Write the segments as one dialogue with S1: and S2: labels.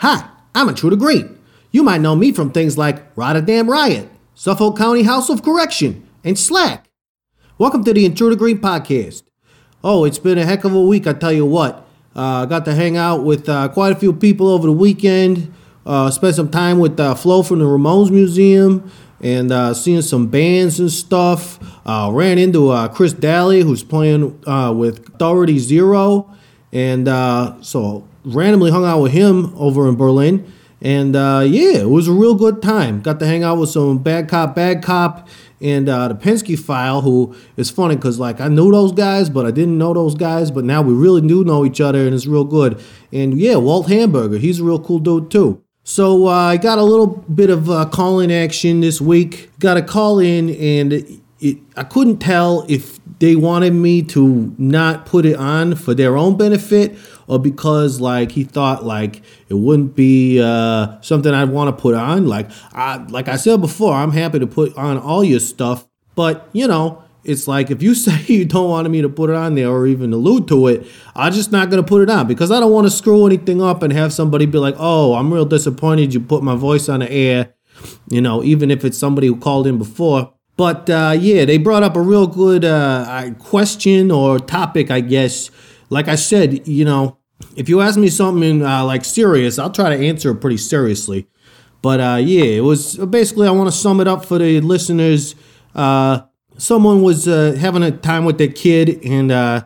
S1: Hi, I'm Intruder Green. You might know me from things like Rotterdam Riot, Suffolk County House of Correction, and Slack. Welcome to the Intruder Green podcast. Oh, it's been a heck of a week, I tell you what. Uh, I got to hang out with uh, quite a few people over the weekend, uh, spent some time with uh, Flo from the Ramones Museum, and uh, seeing some bands and stuff. Uh, ran into uh, Chris Daly, who's playing uh, with Authority Zero, and uh, so randomly hung out with him over in Berlin. And uh, yeah, it was a real good time. Got to hang out with some bad cop, bad cop, and uh, the Penske file. Who is funny because like I knew those guys, but I didn't know those guys. But now we really do know each other, and it's real good. And yeah, Walt Hamburger, he's a real cool dude too. So uh, I got a little bit of uh, call in action this week. Got a call in, and it, it, I couldn't tell if they wanted me to not put it on for their own benefit or because like he thought like it wouldn't be uh, something I'd want to put on. Like I like I said before, I'm happy to put on all your stuff, but you know. It's like if you say you don't want me to put it on there or even allude to it, I'm just not gonna put it on because I don't want to screw anything up and have somebody be like, "Oh, I'm real disappointed you put my voice on the air," you know, even if it's somebody who called in before. But uh, yeah, they brought up a real good uh, I- question or topic, I guess. Like I said, you know, if you ask me something uh, like serious, I'll try to answer it pretty seriously. But uh, yeah, it was basically I want to sum it up for the listeners. Uh, someone was uh, having a time with their kid, and uh,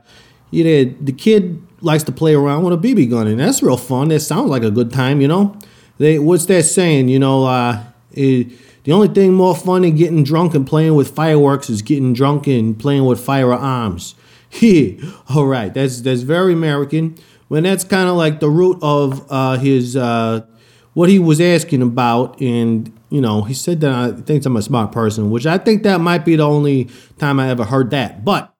S1: you know, the kid likes to play around with a BB gun, and that's real fun. That sounds like a good time, you know. They what's that saying? You know, uh, it, the only thing more fun than getting drunk and playing with fireworks is getting drunk and playing with firearms. Yeah, all right. That's that's very American. When that's kind of like the root of uh, his uh, what he was asking about, and you know, he said that I think I'm a smart person, which I think that might be the only time I ever heard that. But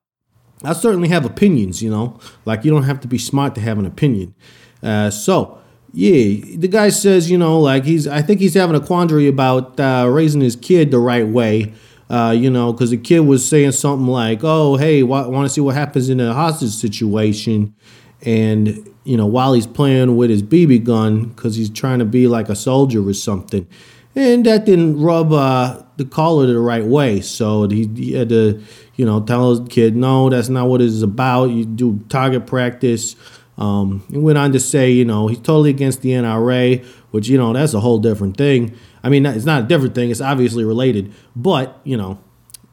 S1: I certainly have opinions, you know. Like you don't have to be smart to have an opinion. Uh, so yeah, the guy says, you know, like he's. I think he's having a quandary about uh, raising his kid the right way. Uh, you know, because the kid was saying something like, "Oh, hey, wa- want to see what happens in a hostage situation?" And you know, while he's playing with his BB gun, because he's trying to be like a soldier or something, and that didn't rub uh, the caller the right way. So he, he had to, you know, tell his kid, no, that's not what it is about. You do target practice. Um, he went on to say, you know, he's totally against the NRA, which, you know, that's a whole different thing. I mean, it's not a different thing. It's obviously related, but you know,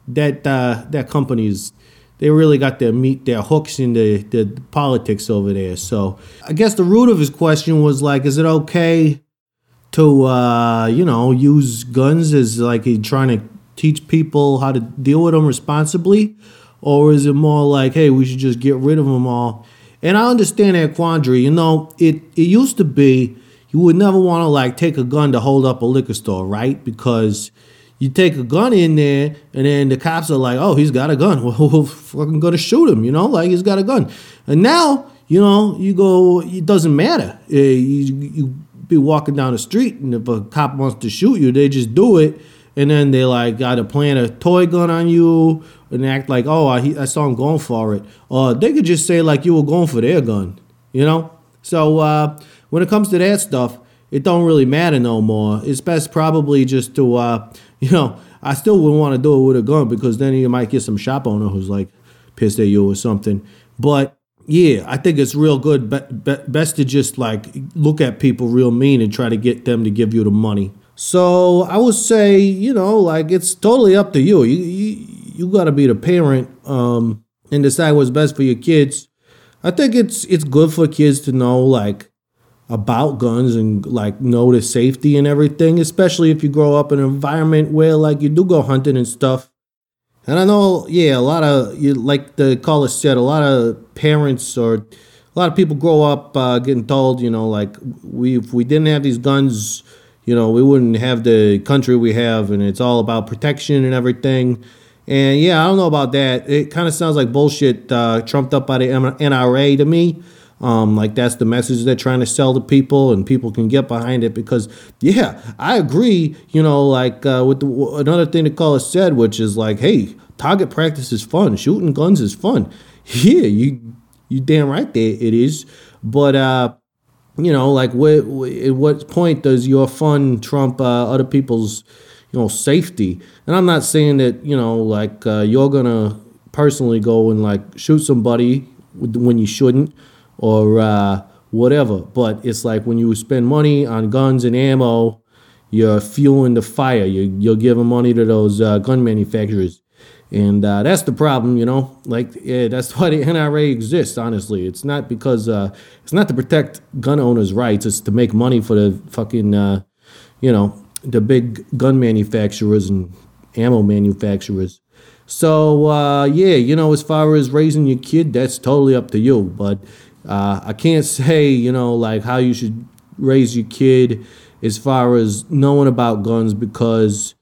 S1: that uh, that company's they really got their meat their hooks in the, the politics over there. So I guess the root of his question was like, is it okay to uh, you know use guns as like he trying to teach people how to deal with them responsibly, or is it more like hey we should just get rid of them all? And I understand that quandary. You know, it it used to be you would never want to like take a gun to hold up a liquor store, right? Because you take a gun in there, and then the cops are like, "Oh, he's got a gun. Well, we're fucking gonna shoot him," you know, like he's got a gun. And now, you know, you go, it doesn't matter. Uh, You, you be walking down the street, and if a cop wants to shoot you, they just do it, and then they like gotta plant a toy gun on you and act like, "Oh, I, he- I saw him going for it," or they could just say like you were going for their gun, you know. So uh, when it comes to that stuff, it don't really matter no more. It's best probably just to, uh, you know, I still wouldn't want to do it with a gun because then you might get some shop owner who's like pissed at you or something. But yeah, I think it's real good. Be- be- best to just like look at people real mean and try to get them to give you the money. So I would say, you know, like it's totally up to you. You you, you got to be the parent um, and decide what's best for your kids. I think it's it's good for kids to know like about guns and like know the safety and everything, especially if you grow up in an environment where like you do go hunting and stuff. And I know, yeah, a lot of you like the caller said, a lot of parents or a lot of people grow up uh, getting told, you know, like we if we didn't have these guns, you know, we wouldn't have the country we have, and it's all about protection and everything. And yeah, I don't know about that. It kind of sounds like bullshit uh, trumped up by the M- NRA to me. Um, like that's the message they're trying to sell to people, and people can get behind it because, yeah, I agree. You know, like uh, with the, w- another thing that caller said, which is like, hey, target practice is fun, shooting guns is fun. Yeah, you you damn right there it is. But uh, you know, like what at what point does your fun trump uh, other people's you know safety? And I'm not saying that you know like uh, you're gonna personally go and like shoot somebody with- when you shouldn't or uh, whatever, but it's like when you spend money on guns and ammo, you're fueling the fire. You you're giving money to those uh, gun manufacturers. And uh, that's the problem, you know. Like, yeah, that's why the NRA exists. Honestly, it's not because uh, it's not to protect gun owners' rights. It's to make money for the fucking, uh, you know, the big gun manufacturers and ammo manufacturers. So uh, yeah, you know, as far as raising your kid, that's totally up to you. But uh, I can't say, you know, like how you should raise your kid as far as knowing about guns because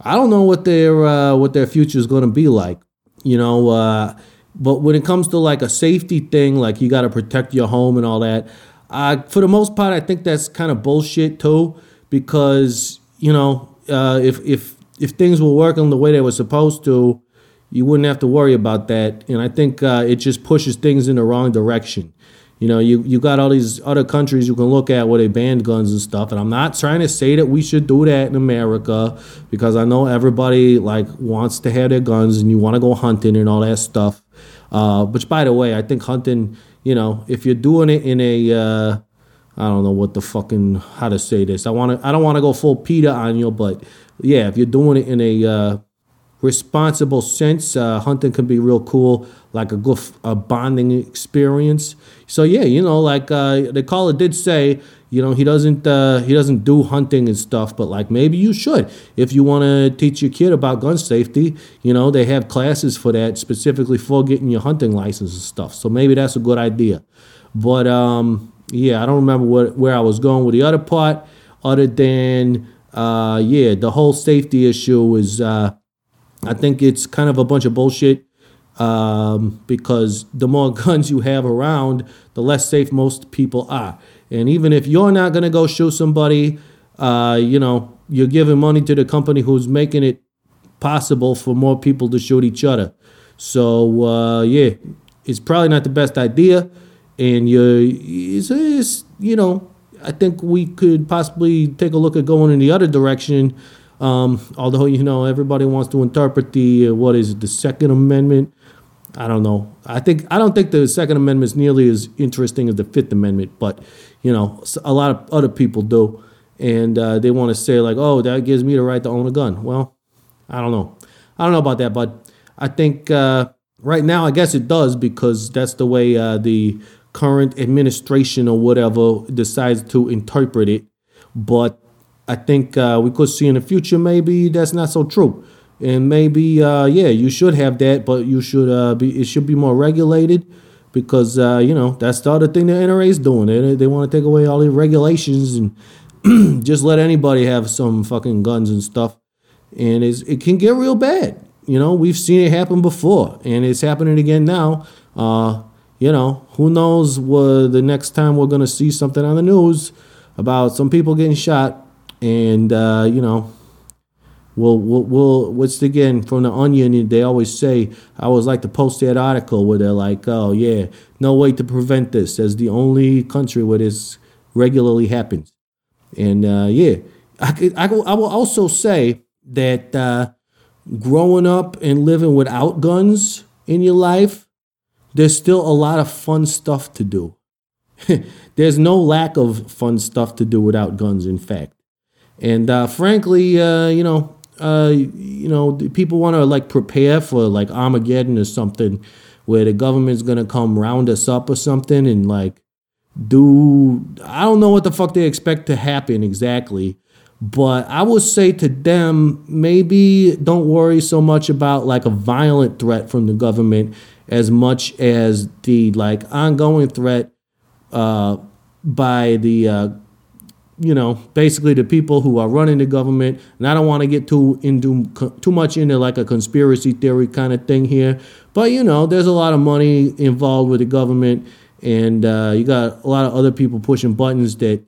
S1: I don't know what their uh, what their future is going to be like, you know. Uh, but when it comes to like a safety thing, like you got to protect your home and all that, uh, for the most part, I think that's kind of bullshit too, because you know uh, if if if things were working the way they were supposed to, you wouldn't have to worry about that. And I think uh, it just pushes things in the wrong direction. You know, you, you got all these other countries you can look at where they banned guns and stuff. And I'm not trying to say that we should do that in America because I know everybody like wants to have their guns and you want to go hunting and all that stuff. Uh, which, by the way, I think hunting, you know, if you're doing it in a, uh, I don't know what the fucking how to say this. I want to. I don't want to go full Peter on you, but yeah, if you're doing it in a uh, responsible sense. Uh, hunting can be real cool, like a good f- a bonding experience. So yeah, you know, like uh, the caller did say, you know, he doesn't uh, he doesn't do hunting and stuff, but like maybe you should if you want to teach your kid about gun safety. You know, they have classes for that specifically for getting your hunting license and stuff. So maybe that's a good idea. But um, yeah, I don't remember what where I was going with the other part, other than uh, yeah, the whole safety issue is uh, I think it's kind of a bunch of bullshit um, because the more guns you have around, the less safe most people are. And even if you're not going to go shoot somebody, uh, you know, you're giving money to the company who's making it possible for more people to shoot each other. So uh, yeah, it's probably not the best idea, and you it's, it's, you know I think we could possibly take a look at going in the other direction. Um, although you know everybody wants to interpret the uh, what is it, the Second Amendment. I don't know. I think I don't think the Second Amendment is nearly as interesting as the Fifth Amendment, but you know s- a lot of other people do, and uh, they want to say like, oh, that gives me the right to own a gun. Well, I don't know. I don't know about that, but I think uh, right now, I guess it does because that's the way uh, the current administration or whatever decides to interpret it. But I think uh, we could see in the future maybe that's not so true, and maybe uh, yeah, you should have that, but you should uh, be it should be more regulated because uh, you know that's the other thing the NRA is doing. They they want to take away all the regulations and just let anybody have some fucking guns and stuff and it's, it can get real bad you know we've seen it happen before and it's happening again now uh, you know who knows what the next time we're going to see something on the news about some people getting shot and uh, you know we'll, we'll, we'll what's again from the onion they always say i always like to post that article where they're like oh yeah no way to prevent this as the only country where this regularly happens and uh, yeah, I, could, I, could- I will also say that uh, growing up and living without guns in your life, there's still a lot of fun stuff to do. there's no lack of fun stuff to do without guns, in fact. And uh, frankly, uh, you know, uh, you know, the people want to like prepare for like Armageddon or something, where the government's gonna come round us up or something, and like do I don't know what the fuck they expect to happen exactly, but I would say to them maybe don't worry so much about like a violent threat from the government as much as the like ongoing threat uh, by the uh, you know, basically the people who are running the government. And I don't want to get too into too much into like a conspiracy theory kind of thing here, but you know, there's a lot of money involved with the government, and uh, you got a lot of other people pushing buttons that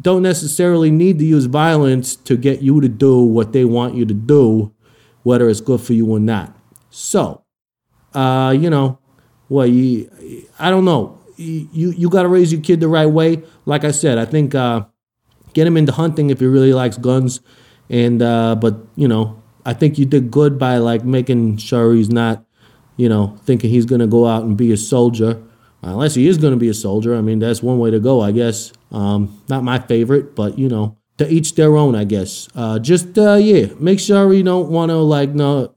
S1: don't necessarily need to use violence to get you to do what they want you to do, whether it's good for you or not. So, uh, you know, well, you, I don't know. y- you you got to raise your kid the right way. Like I said, I think uh, get him into hunting if he really likes guns, and uh, but you know I think you did good by like making sure he's not, you know, thinking he's gonna go out and be a soldier, unless he is gonna be a soldier. I mean that's one way to go, I guess. Um, not my favorite, but you know. To each their own, I guess. Uh, just uh, yeah, make sure you don't want to like no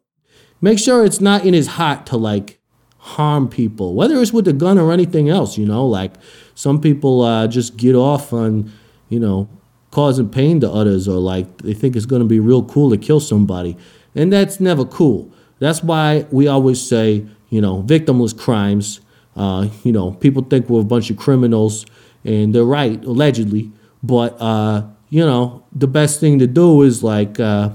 S1: make sure it's not in his heart to like harm people, whether it's with a gun or anything else. You know, like some people uh, just get off on, you know, causing pain to others, or like they think it's going to be real cool to kill somebody, and that's never cool. That's why we always say, you know, victimless crimes. Uh, you know, people think we're a bunch of criminals, and they're right allegedly. But uh, you know, the best thing to do is like. Uh,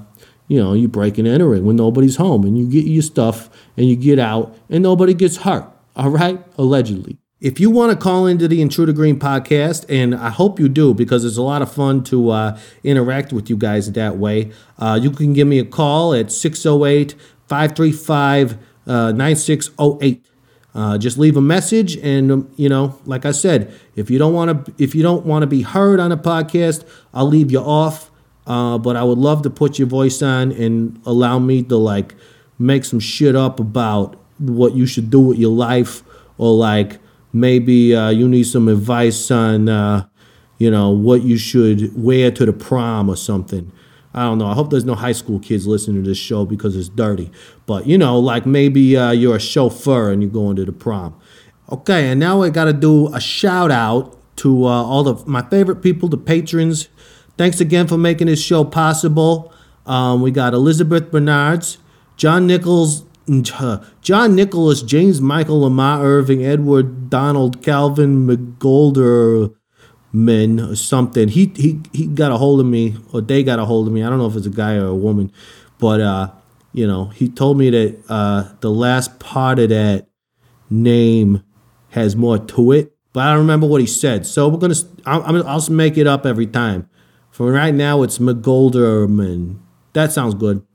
S1: you know, you break and entering when nobody's home and you get your stuff and you get out and nobody gets hurt. All right? Allegedly. If you want to call into the Intruder Green podcast, and I hope you do because it's a lot of fun to uh, interact with you guys that way, uh, you can give me a call at 608 535 uh, 9608 uh, just leave a message and um, you know like i said if you don't want to if you don't want to be heard on a podcast i'll leave you off uh, but i would love to put your voice on and allow me to like make some shit up about what you should do with your life or like maybe uh, you need some advice on uh, you know what you should wear to the prom or something I don't know. I hope there's no high school kids listening to this show because it's dirty. But you know, like maybe uh, you're a chauffeur and you're going to the prom. Okay, and now I got to do a shout out to uh, all of my favorite people, the patrons. Thanks again for making this show possible. Um, we got Elizabeth Bernards, John Nichols, John Nicholas, James Michael Lamar Irving, Edward Donald, Calvin McGolder men or something. He he he got a hold of me or they got a hold of me. I don't know if it's a guy or a woman, but uh, you know, he told me that uh the last part of that name has more to it, but I don't remember what he said. So we're gonna I'm, I'm I'll just make it up every time. For right now, it's McGolderman. That sounds good.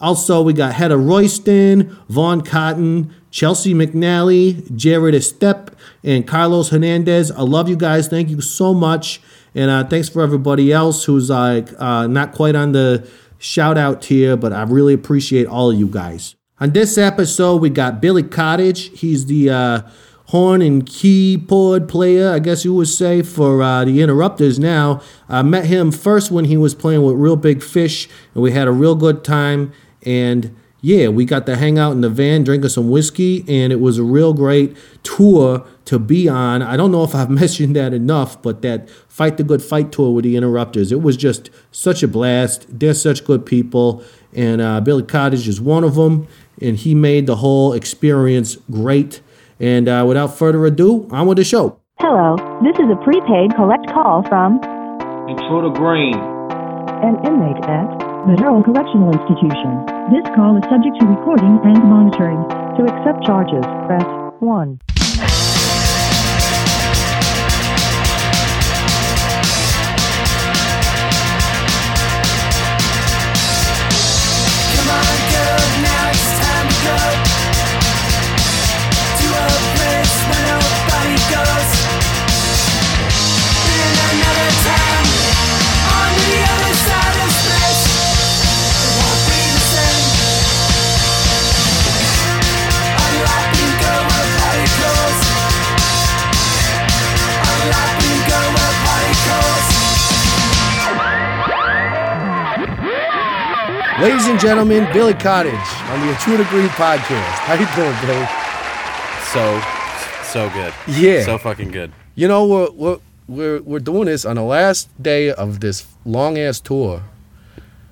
S1: Also, we got Hedda Royston, Vaughn Cotton, Chelsea McNally, Jared Estep, and Carlos Hernandez. I love you guys. Thank you so much. And uh, thanks for everybody else who's like uh, not quite on the shout out tier, but I really appreciate all of you guys. On this episode, we got Billy Cottage. He's the uh, horn and keyboard player, I guess you would say, for uh, the Interrupters now. I met him first when he was playing with Real Big Fish, and we had a real good time. And yeah, we got to hang out in the van drinking some whiskey, and it was a real great tour to be on. I don't know if I've mentioned that enough, but that Fight the Good Fight tour with the Interrupters, it was just such a blast. They're such good people, and uh, Billy Cottage is one of them, and he made the whole experience great. And uh, without further ado, on with the show.
S2: Hello, this is a prepaid collect call from
S3: Intruder Green.
S2: an inmate at the Rural Correctional Institution. This call is subject to recording and monitoring. To accept charges, press 1.
S4: Come on, girl, now it's time to go to a place where nobody goes. In another town, on the other side of space, it won't be the same. All I think of are party calls. All I think of are party calls.
S5: Ladies and gentlemen, Billy Cottage on the Intruder Green podcast. How you doing, Billy?
S6: so so good.
S5: Yeah.
S6: So fucking good.
S5: You know we're we're we're, we're doing this on the last day of this long ass tour.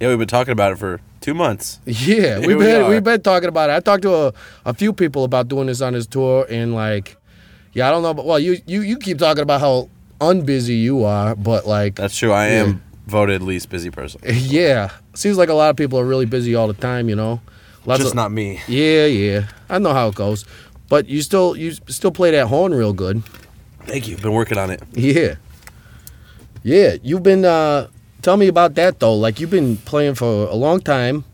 S6: Yeah, we've been talking about it for two months.
S5: Yeah,
S6: Here
S5: we've
S6: we
S5: been
S6: are.
S5: we have been talking about it. I talked to a, a few people about doing this on this tour, and like, yeah, I don't know, but well, you you you keep talking about how unbusy you are, but like,
S6: That's true. I am voted least busy person.
S5: yeah, seems like a lot of people are really busy all the time. You know, lots
S6: Just
S5: of,
S6: not me.
S5: Yeah, yeah, I know how it goes, but you still you still play that horn real good.
S6: Thank you. Been working on it.
S5: Yeah. Yeah, you've been uh tell me about that though. Like you've been playing for a long time.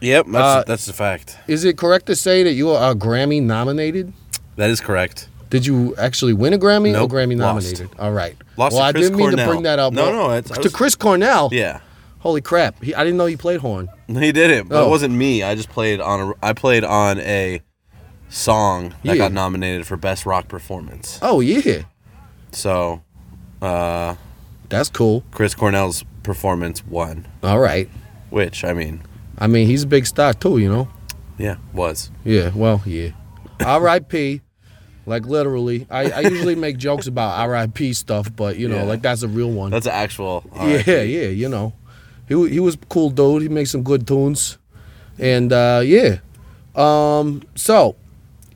S6: Yep, that's
S5: Uh,
S6: that's a fact.
S5: Is it correct to say that you are Grammy nominated?
S6: That is correct.
S1: Did you actually win a Grammy
S6: Nope,
S1: or Grammy
S6: lost.
S1: nominated? All right.
S6: Lost
S1: well,
S6: to Chris
S1: I didn't mean
S6: Cornell.
S1: to bring that up.
S6: No,
S1: but-
S6: no, it's- I
S1: to
S6: was-
S1: Chris Cornell.
S6: Yeah.
S1: Holy crap! He, I didn't know he played horn.
S6: He did it. But
S1: Oh.
S6: It wasn't me. I just played on a. I played on a song
S1: Yeah.
S6: that got nominated for best rock performance.
S1: Oh yeah,
S6: So, uh,
S1: that's cool.
S6: Chris Cornell's performance won,
S1: All right.
S6: which I mean,
S1: I mean, he's a big star too. You know.
S6: yeah, was.
S1: Yeah, well, yeah. R.I.P. Like literally, I, I usually make jokes about R.I.P. stuff, but you know,
S6: Yeah.
S1: like that's a real one.
S6: That's an actual.
S1: yeah,
S6: alright.
S1: yeah, you know, he wa- he was a cool dude. He made some good tunes, and uh, yeah. Um, so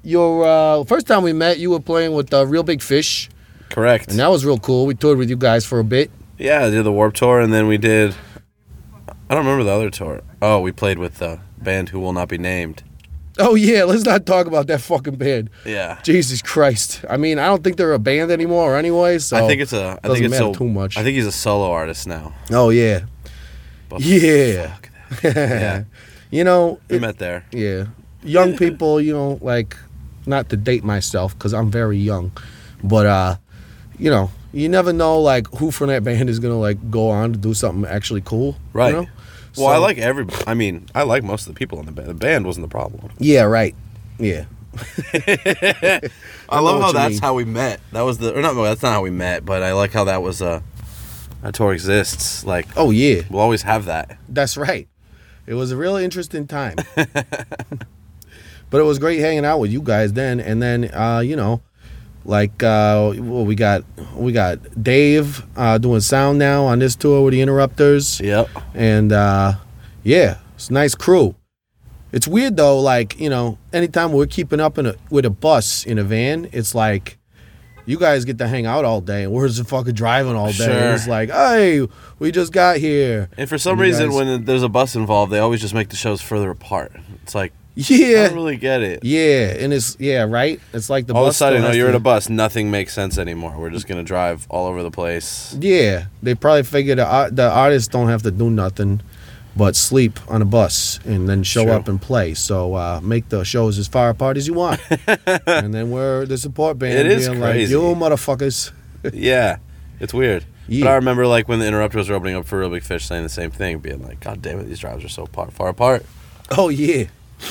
S1: your uh, first time we met, you were playing with uh, Real Big Fish,
S6: Correct.
S1: and that was real cool. We toured with you guys for a bit.
S6: Yeah, I did the Warp Tour, and then we did. I don't remember the other tour. Oh, we played with the band who will not be named.
S1: Oh yeah, let's not talk about that fucking band.
S6: Yeah,
S1: Jesus Christ! I mean, I don't think they're a band anymore, anyway. So
S6: I think it's a. I
S1: doesn't
S6: think it's
S1: matter
S6: a,
S1: too much.
S6: I think he's a solo artist now.
S1: Oh yeah,
S6: But
S1: yeah.
S6: fuck that. yeah,
S1: You know,
S6: we
S1: it-
S6: met there.
S1: yeah, young people. You know, like not to date myself because I'm very young, but uh, you know, you never know like who from that band is gonna like go on to do something actually cool. you
S6: Right.
S1: know?
S6: Well, I
S1: So-
S6: like every. I mean, I like most of the people in the band. The band wasn't the problem.
S1: Yeah. Right. Yeah.
S6: I,
S1: know
S6: love
S1: what
S6: how
S1: you
S6: that's
S1: mean.
S6: how we met. That was the. Or not. well, That's not how we met. But I like how that was. Uh, that tour exists. Like
S1: Oh yeah.
S6: we'll always have that.
S1: That's right. It was a real interesting time. but it was great hanging out with you guys then. And then, uh, you know, like uh, well, we got we got Dave uh, doing sound now on this tour with the Interrupters.
S6: Yep.
S1: And uh, yeah, it's a nice crew. It's weird though, like you know, anytime we're keeping up in a, with a bus in a van, it's like you guys get to hang out all day, and we're just fucking driving all day.
S6: Sure.
S1: It's like, hey, we just got here.
S6: And for some
S1: And you
S6: reason,
S1: guys-
S6: when there's a bus involved, they always just make the shows further apart. It's like I
S1: Yeah,
S6: don't really get it.
S1: Yeah, and it's yeah, right. It's like the
S6: all of a
S1: bus still
S6: sudden, oh,
S1: has
S6: you're
S1: to-
S6: in a bus. Nothing makes sense anymore. We're just gonna drive all over the place.
S1: Yeah, they probably figure the art, the artists don't have to do nothing but sleep on a bus and then show
S6: True.
S1: up and play. So uh, make the shows as far apart as you want, and then we're the support band.
S6: It is
S1: being
S6: crazy.
S1: like, you motherfuckers.
S6: yeah, it's weird. But
S1: Yeah.
S6: I remember like when the interrupters were opening up for Real Big Fish, saying the same thing, being like, "God damn it, these drives are so par- far apart."
S1: Oh yeah,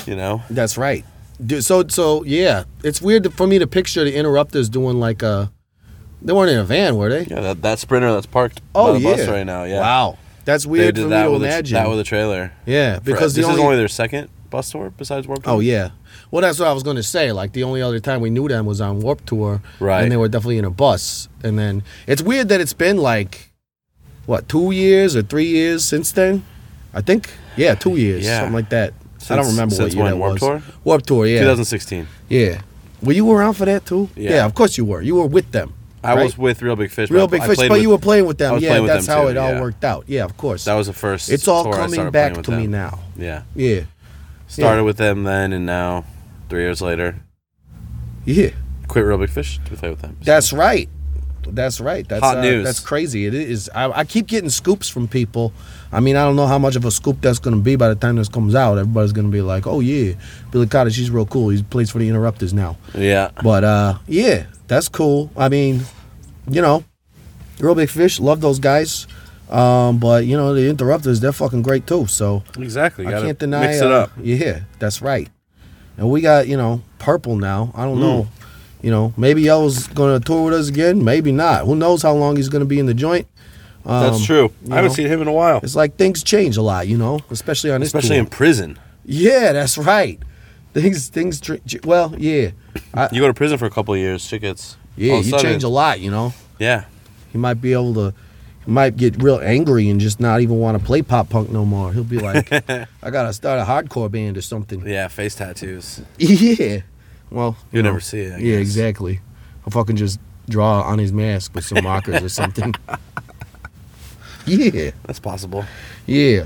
S6: You know?
S1: that's right. Dude, so so yeah, it's weird to- for me to picture the interrupters doing like a. They weren't in a van, were they?
S6: Yeah, that, that sprinter that's parked
S1: Oh
S6: by the
S1: yeah.
S6: bus right now. Yeah,
S1: Wow, that's
S6: They
S1: weird for
S6: did
S1: me
S6: that
S1: to
S6: with, a,
S1: imagine.
S6: that with a trailer.
S1: yeah,
S6: For-
S1: because the
S6: this
S1: only,
S6: is only their second bus tour besides Warped.
S1: Oh
S6: Tour?
S1: yeah. Well, that's what I was going to say. Like the only other time we knew them was on Warp Tour,
S6: Right.
S1: And they were definitely in a bus. And then it's weird that it's been like, what, two years or three years since then? I think, yeah, two years,
S6: Yeah.
S1: something like that. I don't
S6: Since-
S1: remember what
S6: since
S1: year
S6: when?
S1: that
S6: Warped
S1: was.
S6: Tour?
S1: Warp Tour, yeah,
S6: 2016.
S1: yeah. Were you around for that too?
S6: Yeah.
S1: of course you were. You were with them.
S6: I
S1: right?
S6: was with Real Big Fish.
S1: real
S6: I-
S1: big
S6: I
S1: fish,
S6: played
S1: but
S6: with-
S1: you were playing with them.
S6: I was
S1: yeah,
S6: playing with
S1: that's
S6: them
S1: how
S6: too,
S1: it all
S6: yeah.
S1: worked out. Yeah, of course.
S6: That was the first.
S1: it's all
S6: tour I
S1: coming
S6: started
S1: back
S6: playing
S1: to
S6: with
S1: me
S6: them.
S1: now.
S6: Yeah.
S1: Yeah,
S6: Started with them then, and now three years later,
S1: yeah.
S6: quit Real Big Fish to play with them.
S1: That's right. That's right. That's
S6: Hot
S1: uh,
S6: news.
S1: That's crazy. It is. I, I keep getting scoops from people. I mean, I don't know how much of a scoop that's going to be by the time this comes out. Everybody's going to be like, "Oh yeah, Billy Cottage, he's real cool. He plays for the Interrupters now."
S6: yeah.
S1: But uh, yeah, that's cool. I mean, you know, real big fish. Love those guys. Um, but you know, the Interrupters, they're fucking great too. So
S6: Exactly.
S1: I can't deny.
S6: mix it
S1: uh,
S6: up.
S1: yeah, that's right. And we got you know purple now. I don't know.
S6: Hmm.
S1: You know, maybe Yellow's going to tour with us again. Maybe not. Who knows how long he's going to be in the joint?
S6: That's true. I haven't
S1: um, know.
S6: seen him in a while,
S1: It's like things change a lot. You know, especially on this.
S6: especially
S1: tour.
S6: in prison.
S1: yeah, that's right. Things things. tr- ch- Well, yeah, I,
S6: You go to prison for a couple of years, shit gets all
S1: yeah.
S6: of a
S1: You
S6: sudden-
S1: change a lot. You know,
S6: Yeah,
S1: he might be able to. He might get real angry and just not even want to play pop punk no more. He'll be like, I gotta start a hardcore band or something.
S6: yeah. Face tattoos.
S1: Yeah. Well,
S6: You'll
S1: know.
S6: never see it. I
S1: Yeah,
S6: guess.
S1: exactly. I'll fucking just draw on his mask with some markers or something. Yeah,
S6: That's possible.
S1: yeah.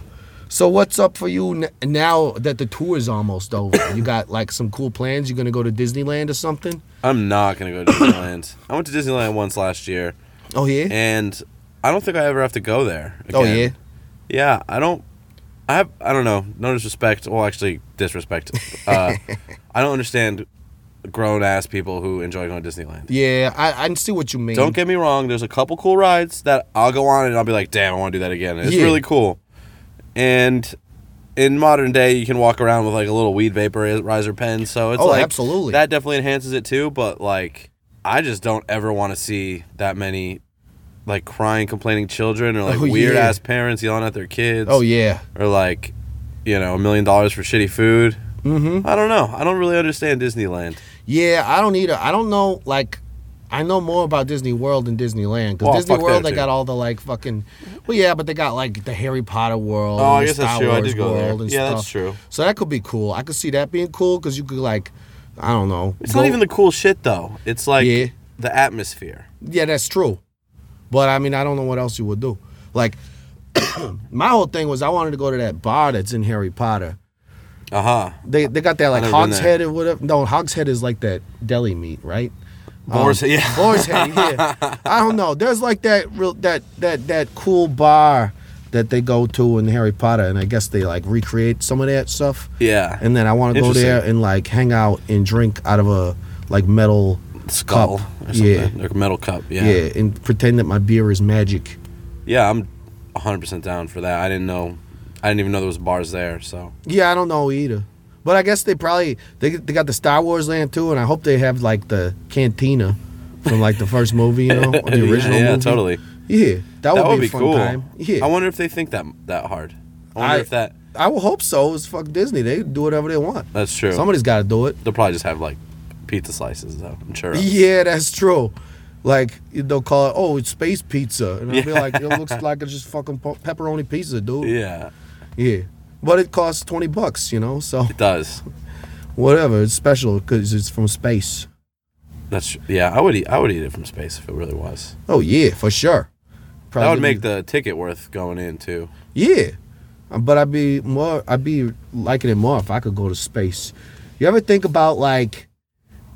S1: So what's up for you n- now that the tour is almost over? You got like some cool plans? You're gonna go to Disneyland or something?
S6: I'm not gonna go to Disneyland. I went to Disneyland once last year,
S1: Oh yeah.
S6: and I don't think I ever have to go there. Again.
S1: oh yeah.
S6: Yeah, I don't. I have. I don't know. No disrespect. Well, actually, disrespect. Uh, I don't understand grown ass people who enjoy going to Disneyland.
S1: Yeah, I, I can see what you mean.
S6: Don't get me wrong. There's a couple cool rides that I'll go on and I'll be like, damn, I want to do that again. It's
S1: Yeah.
S6: really cool. And in modern day, you can walk around with like a little weed vaporizer pen. So it's
S1: Oh,
S6: like
S1: absolutely.
S6: that definitely enhances it too. But like, I just don't ever want to see that many like crying, complaining children or like
S1: Oh, yeah.
S6: weird ass parents yelling at their kids.
S1: Oh yeah,
S6: Or like, you know, a million dollars for shitty food. Mm-hmm. I don't know. I don't really understand Disneyland.
S1: yeah. I don't either. I don't know. Like, I know more about Disney World than Disneyland because
S6: Well,
S1: Disney
S6: fuck
S1: World they
S6: there, too.
S1: got all the like fucking. Well, yeah, but they got like the Harry Potter world.
S6: Oh, I
S1: and
S6: guess
S1: Star
S6: that's true. I
S1: Wars
S6: did go there.
S1: world and
S6: Yeah,
S1: stuff.
S6: that's true.
S1: So that could be cool. I could see that being cool because you could like, I don't know.
S6: It's not even the cool shit though. It's like
S1: Yeah.
S6: the atmosphere.
S1: Yeah, that's true. But I mean, I don't know what else you would do. Like, my whole thing was I wanted to go to that bar that's in Harry Potter.
S6: Uh huh.
S1: They they got that like
S6: never been
S1: hog's
S6: there.
S1: head or whatever. No, hog's head is like that deli meat, right? Um,
S6: Boar's yeah.
S1: Boar's head. Yeah. I don't know. There's like that real that that that cool bar that they go to in Harry Potter, and I guess they like recreate some of that stuff.
S6: Yeah.
S1: And then I want to go there
S6: Interesting.
S1: and like hang out and drink out of a like metal
S6: skull
S1: cup.
S6: or something.
S1: yeah.
S6: Like a metal cup. Yeah.
S1: yeah,
S6: Yeah.
S1: and pretend that my beer is magic.
S6: I'm 100 percent down for that. I didn't know. I didn't even know there was bars there. So
S1: Yeah, I don't know either. But I guess they probably they, they got the Star Wars land too, and I hope they have like the cantina from like the first movie, you know, or the
S6: Yeah,
S1: original
S6: yeah,
S1: movie.
S6: totally.
S1: Yeah, that,
S6: that
S1: would, be, a fun
S6: cool.
S1: time. Yeah,
S6: I wonder if they think that that hard. I wonder
S1: I-
S6: if that.
S1: I would hope so. It's fuck Disney. They do whatever they want.
S6: That's true.
S1: Somebody's got to do it.
S6: They'll probably just have like pizza slices though. I'm sure. of.
S1: Yeah, that's true. Like they'll call it, oh, it's space pizza, and I'll be like, it looks like it's just fucking pe- pepperoni pizza, dude.
S6: Yeah.
S1: yeah, but it costs twenty bucks, you know. So
S6: It does.
S1: whatever, it's special because it's from space.
S6: That's yeah. I would eat. I would eat it from space if it really was.
S1: Oh yeah, for sure.
S6: That would
S1: Probably-
S6: make the ticket worth going in too.
S1: yeah, but I'd be more. I'd be liking it more if I could go to space. You ever think about like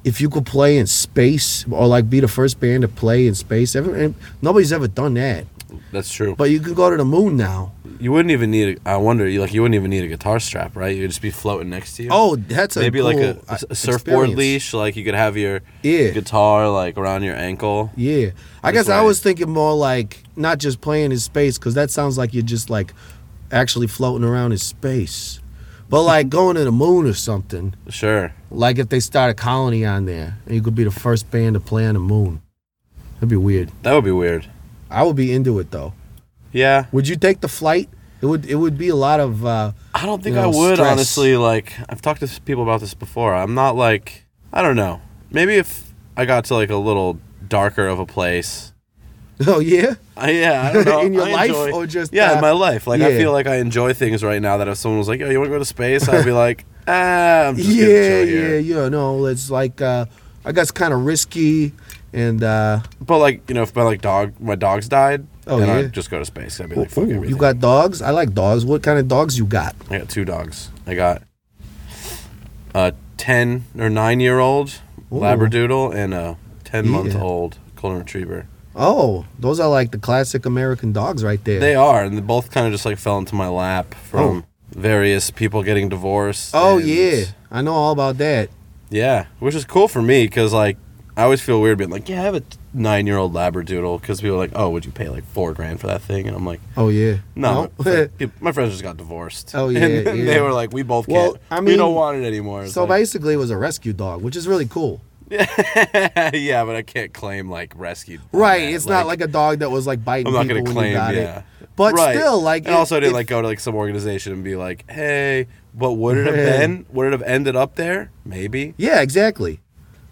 S1: if you could play in space or like be the first band to play in space? Ever, and nobody's ever done that,
S6: That's true.
S1: but you can go to the moon now.
S6: You wouldn't even need. A, I wonder. You like you wouldn't even need a guitar strap, right? You'd just be floating next to you.
S1: Oh, that's a
S6: maybe like a,
S1: cool,
S6: a
S1: uh,
S6: surfboard
S1: experience.
S6: leash. Like you could have your
S1: Yeah.
S6: guitar like around your ankle.
S1: Yeah, I
S6: Just
S1: guess I
S6: like-
S1: was thinking more like not just playing in space because that sounds like you're just like actually floating around in space, but like going to the moon or something.
S6: Sure.
S1: Like if they start a colony on there, and you could be the first band to play on the moon. That'd be weird.
S6: That would be weird.
S1: I would be into it though.
S6: Yeah.
S1: Would you take the flight? It would. It would be a lot of. Uh,
S6: I don't think
S1: You know,
S6: I would
S1: stress.
S6: honestly. Like I've talked to s- people about this before. I'm not like I don't know. Maybe if I got to like a little darker of a place.
S1: oh yeah.
S6: I, yeah, I don't know.
S1: In your
S6: I
S1: life
S6: enjoy-
S1: or just,
S6: yeah,
S1: uh,
S6: in my life. Like I
S1: yeah.
S6: feel like I enjoy things right now. That if someone was like, "Yo, you want to go to space?" I'd be like, "Ah, I'm just gonna
S1: Yeah,
S6: chill here."
S1: yeah, yeah. No, it's like uh, I guess kind of risky, and uh,
S6: But like you know, if my like dog, my dogs died,
S1: Oh,
S6: then
S1: yeah.
S6: I'd just go to space. I'd be like, fuck
S1: Ooh,
S6: everything.
S1: you got dogs. I like dogs. What kind of dogs you got?
S6: I got two dogs. I got a ten or nine year old
S1: Ooh.
S6: labradoodle and a ten month
S1: Yeah.
S6: old golden retriever.
S1: Oh, those are like the classic American dogs right there.
S6: They are, and they both kind of just like fell into my lap from various people getting divorced.
S1: oh
S6: and-
S1: yeah, I know all about that.
S6: yeah, which is cool for me because like I always feel weird being like, yeah, I have a nine year old labradoodle because people are like, oh, would you pay like four grand for that thing? And I'm like.
S1: Oh yeah.
S6: No, my- my friends just got divorced.
S1: Oh, yeah,
S6: and then
S1: yeah.
S6: they were like, "We both can't.
S1: Well, I
S6: we
S1: mean,
S6: don't want it anymore." It's
S1: So
S6: like,
S1: basically, it was a rescue dog, which is really cool.
S6: yeah, but I can't claim like rescued. on
S1: Right.
S6: that,
S1: It's not like a dog that was like biting
S6: I'm not
S1: people
S6: gonna
S1: when
S6: claim.
S1: you got
S6: yeah,
S1: it. But
S6: Right.
S1: still, like,
S6: and
S1: it-
S6: also I didn't
S1: it-
S6: like uh, go to like some organization and be like, "Hey, but would it have been? Would it have ended up there? Maybe."
S1: Yeah, exactly.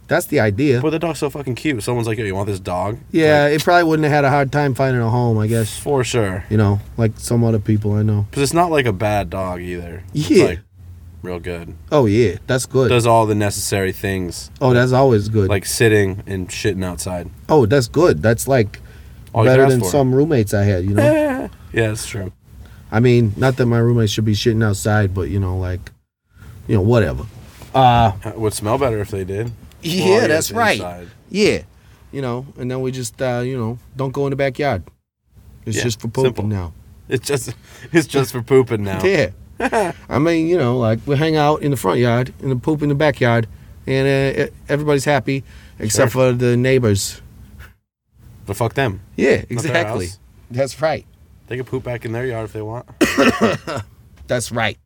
S1: That's the idea.
S6: But the dog's so fucking cute. Someone's like, "Yo, you want this dog?"
S1: yeah,
S6: Like,
S1: it probably wouldn't have had a hard time finding a home, I guess.
S6: for sure.
S1: You know, like some other people I know.
S6: Because it's not like a bad dog either. It's,
S1: Yeah.
S6: like, real good.
S1: Oh yeah, that's good.
S6: Does all the necessary things
S1: oh, that's always good.
S6: like sitting and shitting outside.
S1: oh, that's good. That's like
S6: All you can
S1: better
S6: ask
S1: than
S6: for. Eh.
S1: some roommates I had. You know.
S6: Yeah, that's true.
S1: I mean, not that my roommates should be shitting outside, but you know, like, you know, whatever. Uh,
S6: It would smell better if they did.
S1: Yeah,
S6: Well,
S1: that's
S6: it's
S1: right.
S6: inside.
S1: Yeah. You know, and then we just, uh, you know, don't go in the backyard. It's
S6: Yeah,
S1: just for pooping
S6: simple.
S1: now.
S6: It's just it's just for pooping now.
S1: Yeah. I mean, you know, like we hang out in the front yard and the poop in the backyard, and uh, e- everybody's happy except for the neighbors.
S6: But fuck them.
S1: Yeah,
S6: Not their
S1: exactly.
S6: house.
S1: That's right.
S6: They can poop back in their yard if they want.
S1: That's right.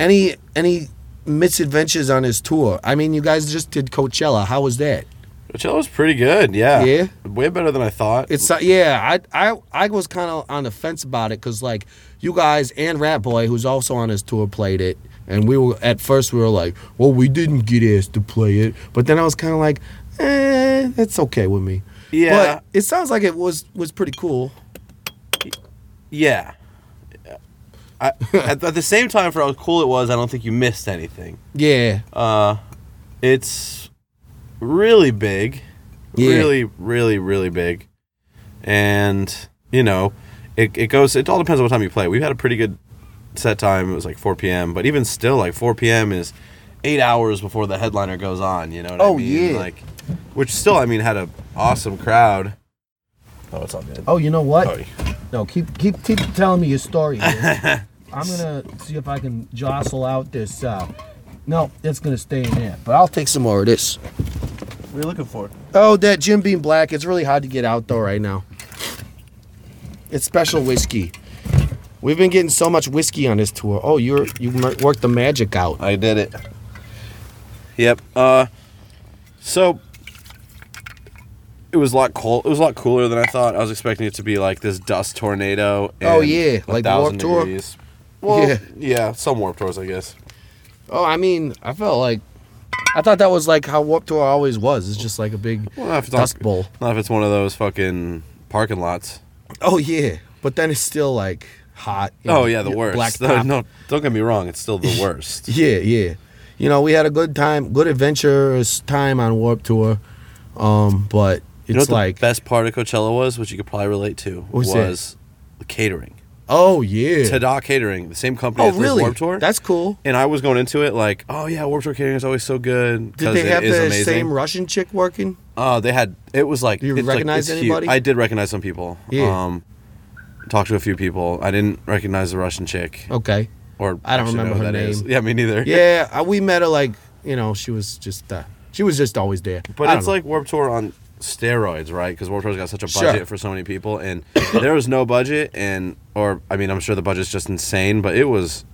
S1: Any any misadventures on his tour? I mean, you guys just did Coachella. How was that?
S6: Coachella was pretty good. Yeah.
S1: Yeah?
S6: Way better than I thought.
S1: It's uh, yeah. I I I was kind of on the fence about it because like you guys and Rat Boy, who's also on his tour, played it, and we were at first we were like, well, we didn't get asked to play it, but then I was kind of like, eh, that's okay with me.
S6: Yeah.
S1: But it sounds like it was was pretty cool.
S6: yeah. I, at, at the same time, for how cool it was, I don't think you missed anything.
S1: Yeah.
S6: It's really big.
S1: Yeah.
S6: Really, really, really big. And, you know, it, it goes, it all depends on what time you play. We've had a pretty good set time. It was like 4 p.m., but even still, like 4 p.m. is eight hours before the headliner goes on, you know what
S1: Oh,
S6: I mean?
S1: yeah.
S6: Like, which still, I mean, had an awesome crowd. Oh, it's all good.
S1: oh, you know what?
S6: Sorry.
S7: No, keep keep keep telling me your story. man. I'm gonna see if I can jostle out this. Uh, no, it's gonna stay in there.
S1: But I'll take some more of this.
S6: What are you looking for?
S1: Oh, that Jim Beam Black. It's really hard to get out though right now. It's special whiskey. We've been getting so much whiskey on this tour. Oh, you're you mer- worked the magic out.
S6: I did it. Yep. Uh, so it was a lot cold. It was a lot cooler than I thought. I was expecting it to be like this dust tornado. And
S1: Oh, yeah,
S6: a
S1: like the
S6: thousand
S1: Warped Tour?
S6: degrees. Well,
S1: Yeah.
S6: yeah. some warp tours, I guess.
S1: Oh, I mean, I felt like I thought that was like how Warped Tour always was. It's just like a big
S6: Well, not if it's
S1: dust
S6: not,
S1: bowl.
S6: Not if it's one of those fucking parking lots.
S1: Oh yeah, but then it's still like hot. you know,
S6: oh yeah, the worst.
S1: Black
S6: No,
S1: top.
S6: no, don't get me wrong. It's still the worst.
S1: Yeah, yeah. You know, we had a good time, good adventurous time on Warp Tour. Um, but it's
S6: you know what
S1: like
S6: the best part of Coachella was, which you could probably relate to,
S1: What's that?
S6: was the catering.
S1: oh yeah.
S6: Tada Catering, the same company.
S1: Oh
S6: that does
S1: really?
S6: Warped Tour.
S1: That's cool.
S6: and I was going into it like, oh yeah, Warped Tour catering is always so good
S1: Did
S6: because
S1: they
S6: it
S1: have
S6: is
S1: the
S6: amazing.
S1: same Russian chick working?
S6: uh, they had it was like
S1: Do you
S6: it's like-
S1: recognize
S6: it's huge.
S1: anybody?
S6: I did recognize some people.
S1: Yeah.
S6: Um, talked to a few people. I didn't recognize the Russian chick
S1: Okay.
S6: or
S1: I don't
S6: actually know
S1: remember
S6: who
S1: her
S6: that is.
S1: name.
S6: Yeah, me neither.
S1: Yeah, I- we met her like you know she was just uh, she was just always there. I
S6: But
S1: don't
S6: it's
S1: know.
S6: like Warped Tour on steroids, right? Because Warped Tour's got such a
S1: Sure.
S6: budget for so many people, and there was no budget, and or I mean, I'm sure the budget's just insane, but it was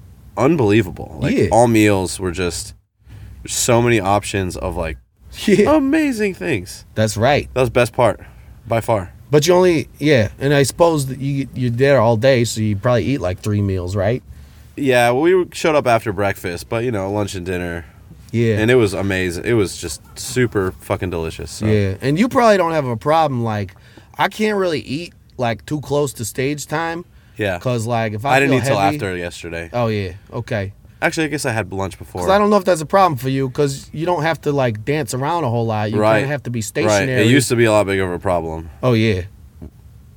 S6: unbelievable. Like
S1: Yeah.
S6: all meals were just so many options of like
S1: yeah,
S6: amazing things.
S1: that's right.
S6: That was the best part, by far.
S1: But you only yeah, and I suppose that you you're there all day, so you probably eat like three meals, right?
S6: Yeah, well, we showed up after breakfast, but you know, lunch and dinner,
S1: Yeah.
S6: and uh, it was amazing. It was just super fucking delicious. So.
S1: Yeah, and you probably don't have a problem. Like, I can't really eat like too close to stage time.
S6: Yeah.
S1: Cause like if I,
S6: I didn't
S1: feel
S6: eat till
S1: heavy-
S6: after yesterday.
S1: Oh yeah, okay.
S6: Actually, I guess I had lunch before.
S1: Cause I don't know if that's a problem for you, cause you don't have to like dance around a whole lot. You kind
S6: right.
S1: of have to be
S6: Right.
S1: stationary.
S6: It used to be a lot bigger of a problem.
S1: oh yeah.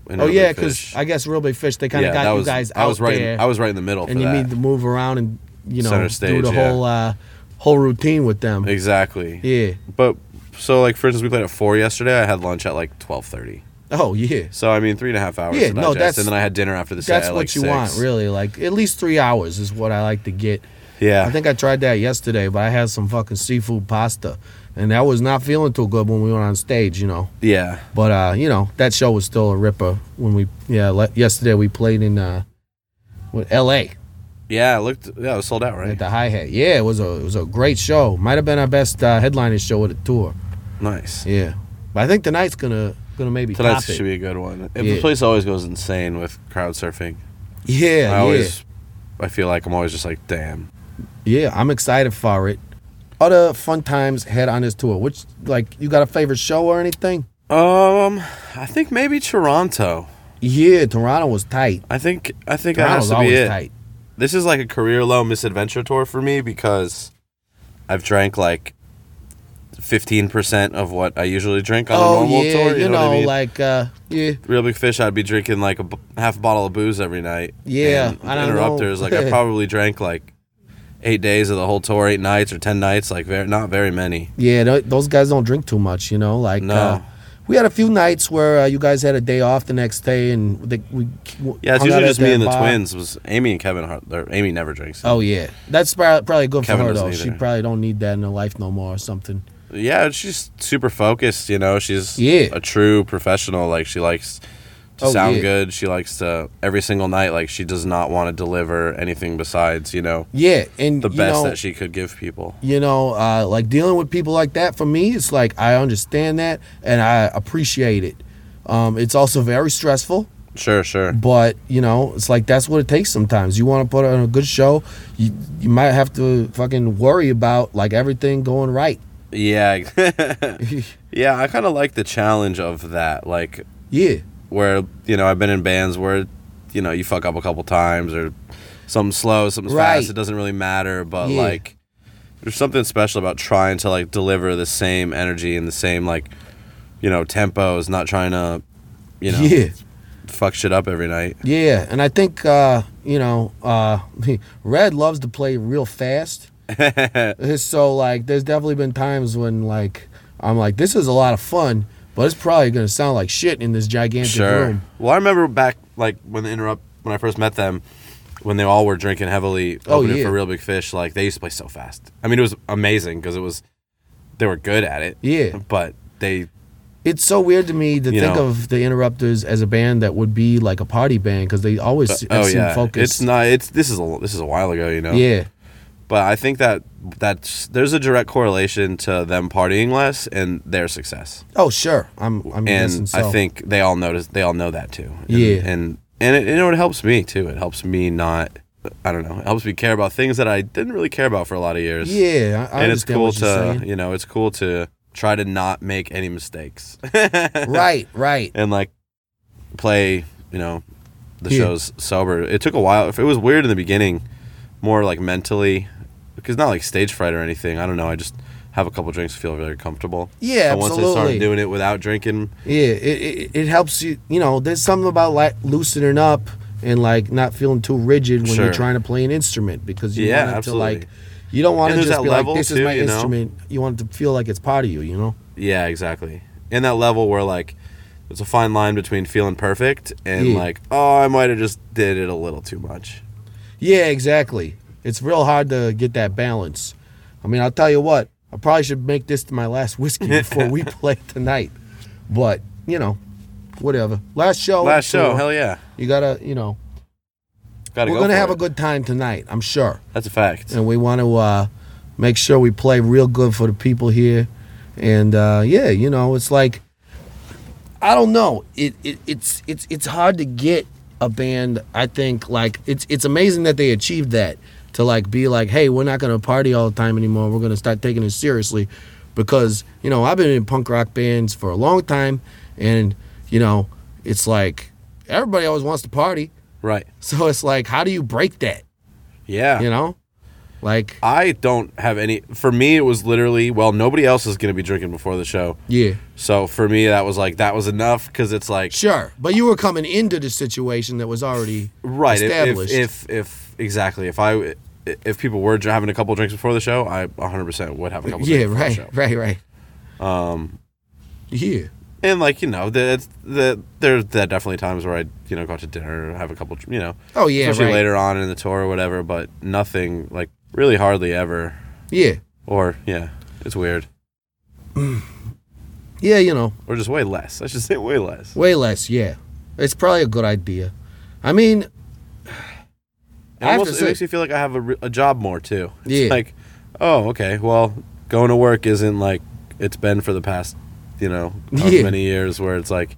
S6: in
S1: Oh
S6: Urban
S1: yeah,
S6: Fish.
S1: cause I guess real big fish. They kind
S6: yeah,
S1: of got
S6: that
S1: you
S6: was,
S1: guys
S6: I was
S1: out
S6: right.
S1: there,
S6: I was right in the middle.
S1: and
S6: for
S1: you
S6: that.
S1: need to move around and you know
S6: Center
S1: do
S6: stage,
S1: the
S6: yeah.
S1: whole uh, whole routine with them.
S6: exactly.
S1: Yeah.
S6: But so like for instance, we played at four yesterday. I had lunch at like twelve thirty.
S1: Oh yeah.
S6: So I mean, three and a half hours.
S1: Yeah,
S6: to
S1: no,
S6: digest,
S1: that's-
S6: and then I had dinner after the set.
S1: That's
S6: at,
S1: what
S6: like,
S1: you
S6: six.
S1: want, really. Like at least three hours is what I like to get.
S6: Yeah.
S1: I think I tried that yesterday, but I had some fucking seafood pasta, and that was not feeling too good when we went on stage, you know.
S6: Yeah.
S1: But uh, you know that show was still a ripper when we yeah le- yesterday we played in uh, with L.A.
S6: Yeah. It looked. Yeah, it was sold out, right?
S1: at the hi hat. Yeah, it was a it was a great show. Might have been our best uh, headlining show of the tour.
S6: Nice.
S1: Yeah, but I think tonight's gonna gonna maybe
S6: Tonight
S1: top it.
S6: should be a good one. If
S1: Yeah.
S6: The place always goes insane with crowd surfing.
S1: yeah,
S6: I
S1: yeah,
S6: always, I feel like I'm always just like, damn.
S1: yeah. I'm excited for it. Other fun times had on this tour. Which like you got a favorite show or anything?
S6: Um, I think maybe Toronto.
S1: Yeah, Toronto was tight.
S6: I think I think that
S1: Toronto's
S6: has to be
S1: always
S6: it.
S1: tight.
S6: this is like a career low misadventure tour for me because I've drank like fifteen percent of what I usually drink on
S1: Oh,
S6: a normal tour. You, know, what I mean?
S1: like uh, yeah,
S6: Real big fish, I'd be drinking like a b- half a bottle of booze every night.
S1: Yeah,
S6: and
S1: I don't know.
S6: interrupters. Like I probably drank like eight days of the whole tour, eight nights or ten nights. Like very, not very many.
S1: yeah. tho- Those guys don't drink too much, you know. Like
S6: No.
S1: uh, we had a few nights where uh, you guys had a day off the next day, and the, we
S6: Yeah, it's
S1: hung out
S6: usually
S1: at
S6: just me
S1: that
S6: and the
S1: bar.
S6: twins. Was Amy and Kevin? Hard, or Amy never drinks.
S1: Oh yeah, that's prob- probably good
S6: Kevin
S1: for her
S6: doesn't
S1: though. She
S6: either.
S1: probably don't need that in her life no more or something.
S6: Yeah, she's super focused. You know, she's
S1: Yeah.
S6: a true professional. Like she likes to
S1: Oh,
S6: sound
S1: yeah.
S6: good. She likes to every single night. Like she does not want to deliver anything besides you know
S1: Yeah, and
S6: the
S1: you
S6: best
S1: know,
S6: that she could give people.
S1: you know, uh, like dealing with people like that for me, it's like I understand that and I appreciate it. Um, it's also very stressful,
S6: Sure, sure.
S1: but you know, it's like that's what it takes sometimes. You want to put on a good show, you you might have to fucking worry about like everything going right.
S6: Yeah, yeah. I kind of like the challenge of that. Like
S1: yeah,
S6: where you know I've been in bands where you know you fuck up a couple times or something slow, something
S1: Right.
S6: fast. It doesn't really matter, but
S1: Yeah.
S6: like there's something special about trying to like deliver the same energy and the same like you know tempos, not trying to you know
S1: yeah,
S6: fuck shit up every night.
S1: yeah. And I think uh, you know, uh, Red loves to play real fast. so like, there's definitely been times when like I'm like, this is a lot of fun, but it's probably gonna sound like shit in this gigantic
S6: Sure.
S1: room.
S6: Well, I remember back like when the interrupt when I first met them, when they all were drinking heavily,
S1: Oh,
S6: opening
S1: yeah.
S6: for Real Big Fish. Like they used to play so fast. I mean, it was amazing because it was they were good at it.
S1: Yeah.
S6: but they
S1: It's so weird to me to
S6: You
S1: think
S6: know.
S1: of the Interrupters as a band that would be like a party band because they always se-
S6: oh
S1: seem
S6: yeah,
S1: focused.
S6: it's not. It's this is a this is a while ago, you know.
S1: Yeah,
S6: But I think that that's there's a direct correlation to them partying less and their success.
S1: Oh sure, I'm. I'm guessing
S6: and
S1: so.
S6: I think they all notice they all know that too. And,
S1: Yeah.
S6: And and it, you know it helps me too. It helps me not I don't know. It helps me care about things that I didn't really care about for a lot of years.
S1: Yeah, I, I
S6: and it's
S1: understand
S6: cool
S1: what
S6: to
S1: you're saying.
S6: you know it's cool to try to not make any mistakes
S1: right, right.
S6: and like play you know the
S1: Yeah.
S6: shows sober. It took a while. If It was weird in the beginning, more like mentally, because not like stage fright or anything. I don't know. I just have a couple drinks, feel very comfortable.
S1: Yeah,
S6: And once I
S1: absolutely.
S6: started doing it without drinking,
S1: Yeah, it, it it helps you. You know, there's something about like loosening up and like not feeling too rigid when
S6: Sure.
S1: you're trying to play an instrument because you
S6: Yeah,
S1: want it to like.
S6: absolutely.
S1: You don't want
S6: And
S1: to
S6: there's
S1: just
S6: that
S1: be like,
S6: level,
S1: "This is
S6: too,
S1: my
S6: you know?
S1: instrument." You want it to feel like it's part of you. You know.
S6: yeah, exactly. In that level where like there's a fine line between feeling perfect and
S1: Yeah.
S6: like oh I might have just did it a little too much.
S1: Yeah, exactly. It's real hard to get that balance. I mean, I'll tell you what, I probably should make this my last whiskey before we play tonight. But, you know, whatever. Last show.
S6: Last show,
S1: sure.
S6: hell yeah,
S1: You gotta, you know,
S6: gotta
S1: we're
S6: go.
S1: gonna
S6: for
S1: have
S6: it.
S1: a good time tonight, I'm sure.
S6: That's a fact.
S1: And we want to uh, make sure we play real good for the people here. And uh, yeah, you know, it's like I don't know. It, it it's it's it's hard to get a band. I think like it's it's amazing that they achieved that to like be like, hey, we're not gonna party all the time anymore. We're gonna start taking it seriously, because you know I've been in punk rock bands for a long time, and you know it's like everybody always wants to party.
S6: Right.
S1: So it's like, how do you break that?
S6: Yeah.
S1: You know, like
S6: I don't have any. For me, it was literally, well, nobody else is going to be drinking before the show.
S1: yeah.
S6: So for me, that was like, that was enough because it's like,
S1: Sure, but you were coming into the situation that was already
S6: right. if- If,
S1: established.
S6: if, if, exactly. If I, if people were dr- having a couple drinks before the show, I 100% would have a couple
S1: yeah,
S6: drinks before
S1: right,
S6: the show.
S1: right, right. Um, yeah,
S6: And like, you know, the, the, there there are definitely times where I, you know, go out to dinner or have a couple, you know.
S1: Oh, yeah,
S6: Especially
S1: right.
S6: later on in the tour or whatever, but nothing, like, really hardly ever.
S1: yeah,
S6: Or, yeah, it's weird.
S1: yeah. You know,
S6: Or just way less. I should say way less.
S1: way less. Yeah, it's probably a good idea. I mean,
S6: It
S1: I have
S6: almost
S1: to
S6: it
S1: say-
S6: makes me feel like I have a, re- a job more too. It's
S1: Yeah.
S6: like, oh, okay. Well, going to work isn't like it's been for the past, you know, however
S1: Yeah.
S6: many years where it's like,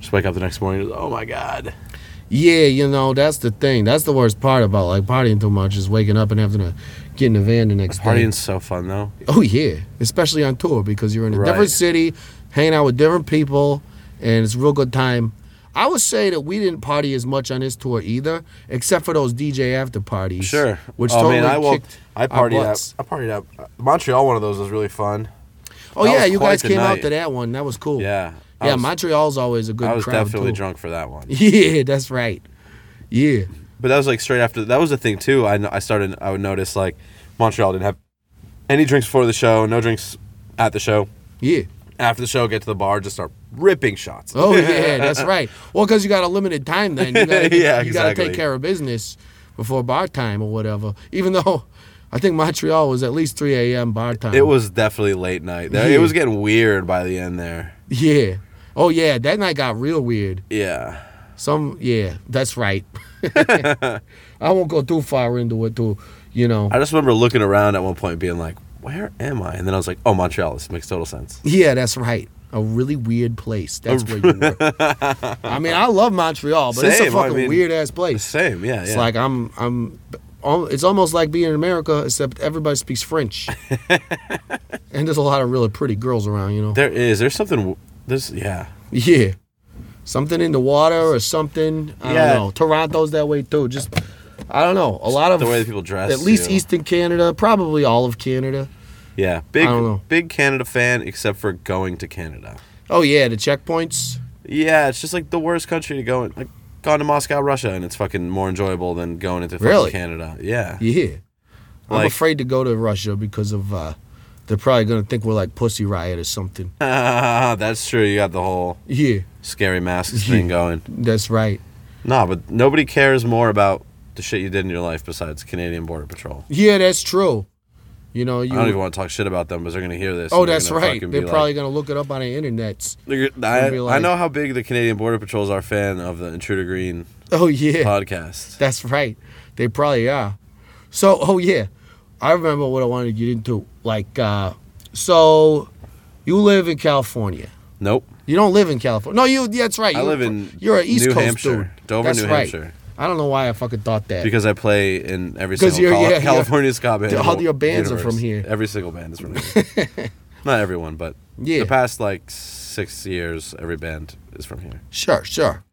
S6: just wake up the next morning. Oh my god.
S1: yeah, you know, that's the thing. That's the worst part about like partying too much is waking up and having to get in the van the next day.
S6: Partying's so fun though.
S1: Oh yeah, especially on tour because you're in a
S6: Right.
S1: different city, hanging out with different people, and it's a real good time. I would say that we didn't party as much on this tour either, except for those DJ after parties.
S6: Sure.
S1: which
S6: oh,
S1: totally
S6: man, I woke-
S1: kicked
S6: I
S1: our
S6: partied
S1: butts.
S6: up. I partied up. Montreal. One of those was really fun.
S1: Oh
S6: That
S1: yeah,
S6: was
S1: you
S6: quite
S1: guys
S6: the
S1: came out
S6: night.
S1: to that one. That was cool.
S6: Yeah. I
S1: yeah.
S6: was-
S1: Montreal's always a good.
S6: I was
S1: crowd
S6: definitely
S1: too.
S6: drunk for that one.
S1: Yeah, that's right. Yeah.
S6: But that was like straight after. That was the thing too. I, I started. I would notice like Montreal didn't have any drinks before the show. No drinks at the show.
S1: Yeah.
S6: And after the show, get to the bar, just start ripping shots.
S1: Oh yeah, that's right. Well, because you got a limited time then. You gotta,
S6: Yeah,
S1: you gotta
S6: exactly.
S1: take care of business before bar time or whatever. Even though I think Montreal was at least 3 a.m. bar time.
S6: It was definitely late night. That- It was getting weird by the end there.
S1: Yeah. Oh yeah, that night got real weird.
S6: Yeah.
S1: Some yeah, that's right. I won't go too far into it too, you know.
S6: I just remember looking around at one point being like, where am I? And then I was like, oh, Montreal. This makes total sense.
S1: Yeah, that's right. A really weird place. That's where you were. I mean, I love Montreal, but it's a
S6: Same, I
S1: fucking
S6: mean,
S1: weird ass place.
S6: Same. Yeah.
S1: It's
S6: yeah.
S1: like I'm I'm al- it's almost like being in America except everybody speaks French. and there's a lot of really pretty girls around, you know.
S6: there is. There's something. w- There's, yeah.
S1: Yeah. Something in the water or something. I
S6: Yeah.
S1: don't know. Toronto's that way too. Just I don't know. A lot of
S6: The way that people dress,
S1: At least
S6: too.
S1: Eastern Canada, probably all of Canada.
S6: Yeah. Big,
S1: don't know.
S6: big Canada fan, except for going to Canada.
S1: Oh yeah, the checkpoints.
S6: Yeah. It's just like the worst country to go in. Like, gone to Moscow, Russia, and it's fucking more enjoyable than going into fucking
S1: Really?
S6: Canada. Yeah.
S1: Yeah. I'm
S6: Like-
S1: afraid to go to Russia because of uh they're probably gonna think we're like pussy riot or something.
S6: That's true. You got the whole
S1: Yeah,
S6: scary masks thing going.
S1: that's right.
S6: Nah, but nobody cares more about the shit you did in your life besides Canadian Border Patrol.
S1: Yeah, that's true. You know, you
S6: I don't even want to talk shit about them, but they're gonna hear this.
S1: Oh,
S6: and they're
S1: that's
S6: gonna
S1: right.
S6: fucking
S1: They're
S6: be
S1: probably
S6: like-
S1: gonna look it up on the internet.
S6: They're gonna-
S1: be
S6: I, I
S1: like-
S6: know how big the Canadian Border Patrols are fan of the Intruder Green
S1: Oh yeah.
S6: podcast.
S1: That's right. They probably are. So, oh yeah, I remember what I wanted to get into. Like, uh, so you live in California.
S6: Nope.
S1: You don't live in California. No, you. That's right.
S6: I
S1: You-
S6: live in
S1: You're an East
S6: New
S1: Coast
S6: Hampshire,
S1: dude.
S6: Dover,
S1: that's
S6: New
S1: right.
S6: Hampshire.
S1: I don't know why I fucking thought that.
S6: Because I play in every
S1: 'Cause
S6: single
S1: you're-
S6: col-
S1: yeah, yeah.
S6: California ska band. in
S1: All
S6: the
S1: your bands are
S6: universe.
S1: from here.
S6: Every single band is from here. Not everyone, but
S1: Yeah.
S6: the past like six years, every band is from here.
S1: sure, sure.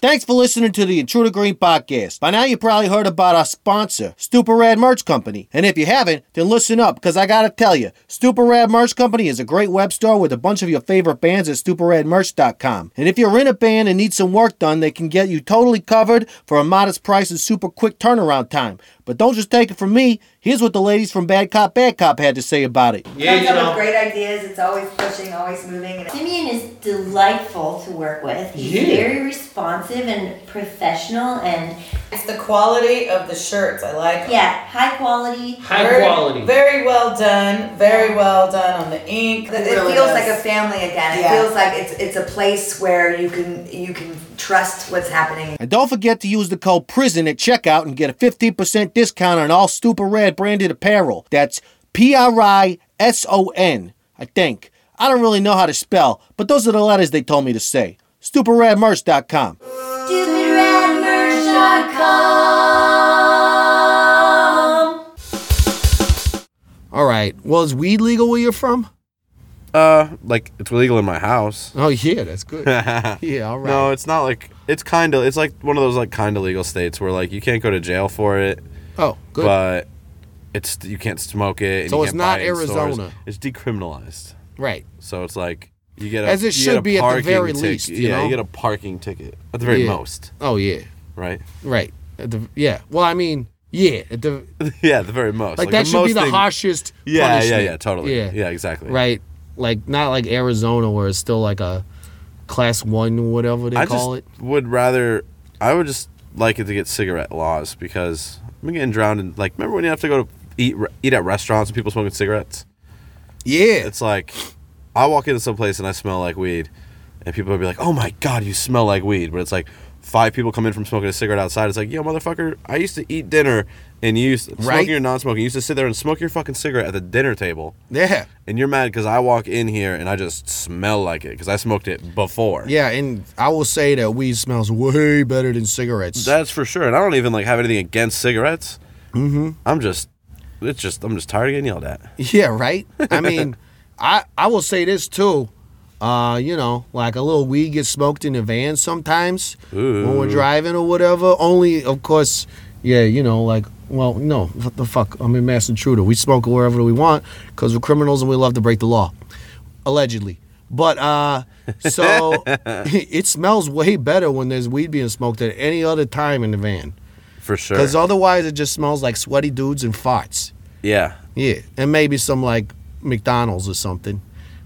S8: Thanks for listening to the Intruder Green podcast. By now, you probably heard about our sponsor, Stupid Rad Merch Company. And if you haven't, then listen up, because I gotta tell you, Stupid Rad Merch Company is a great web store with a bunch of your favorite bands at stupidradmerch.com. And if you're in a band and need some work done, they can get you totally covered for a modest price and super quick turnaround time. But don't just take it from me. Here's what the ladies from Bad Cop Bad Cop had to say about it.
S9: comes up with great ideas. It's always pushing, always moving. And Simeon is delightful to work with. He's very responsive and professional, and
S10: It's the quality of the shirts. I like 'em.
S9: yeah, high quality.
S11: High
S10: very,
S11: quality.
S10: Very well done. Very well done on the ink.
S9: It, it feels like a family again. It
S10: Yeah.
S9: feels like it's it's a place where you can you can trust what's happening.
S8: And don't forget to use the code PRISON at checkout and get a 15% discount on all Stupid Red branded apparel. That's P R I S O N, I think. I don't really know how to spell, but those are the letters they told me to say. StupidRadMerch.com.
S1: All right. Well, is weed legal where you're from?
S6: Uh, like it's legal in my house.
S1: Oh yeah, that's good. yeah, all right.
S6: No, it's not like it's kind of it's like one of those like kind of legal states where like you can't go to jail for it,
S1: oh, good.
S6: but it's you can't smoke it. And
S1: So
S6: you
S1: it's
S6: can't
S1: not
S6: buy it in stores.
S1: Arizona.
S6: It's decriminalized,
S1: right.
S6: so it's like you get a,
S1: As it
S6: you
S1: should
S6: get a
S1: be at the
S6: parking
S1: very
S6: tick-
S1: least, you
S6: yeah,
S1: know?
S6: you get a parking ticket at the very
S1: Yeah.
S6: most,
S1: Oh yeah.
S6: right?
S1: Right. At the, yeah. Well, I mean, yeah. At the
S6: yeah, the very most.
S1: like, that should be
S6: most
S1: the
S6: thing-
S1: harshest.
S6: Yeah,
S1: punishment.
S6: yeah, yeah, totally. Yeah, exactly.
S1: Right, like not like Arizona where it's still like a class one, whatever they
S6: I
S1: call
S6: just would rather. I would just like it to get cigarette laws because I'm getting drowned in. Like, remember when you have to go to eat re- eat at restaurants and people smoking cigarettes?
S1: it. Yeah,
S6: It's like I walk into some place and I smell like weed, and people would be like, "Oh my god, you smell like weed!" But it's like five people come in from smoking a cigarette outside. It's like, "Yo, motherfucker, I used to eat dinner." And you used to,
S1: Right.
S6: smoking or non-smoking, you used to sit there and smoke your fucking cigarette at the dinner table.
S1: yeah,
S6: and you're mad because I walk in here and I just smell like it because I smoked it before.
S1: yeah. And I will say that weed smells way better than cigarettes.
S6: that's for sure. And I don't even like have anything against cigarettes. Mm-hmm. I'm just, it's just I'm just tired of getting yelled at.
S1: yeah, right. I mean, I I will say this too. Uh, you know, like a little weed gets smoked in the van sometimes when we're driving or whatever. Only, of course, yeah, you know, like, well, no, what the fuck? I'm in Massachusetts. We smoke wherever we want because we're criminals and we love to break the law. allegedly. But uh, so it smells way better when there's weed being smoked at any other time in the van,
S6: For sure.
S1: because otherwise it just smells like sweaty dudes and farts.
S6: yeah.
S1: Yeah, and maybe some like McDonald's or something,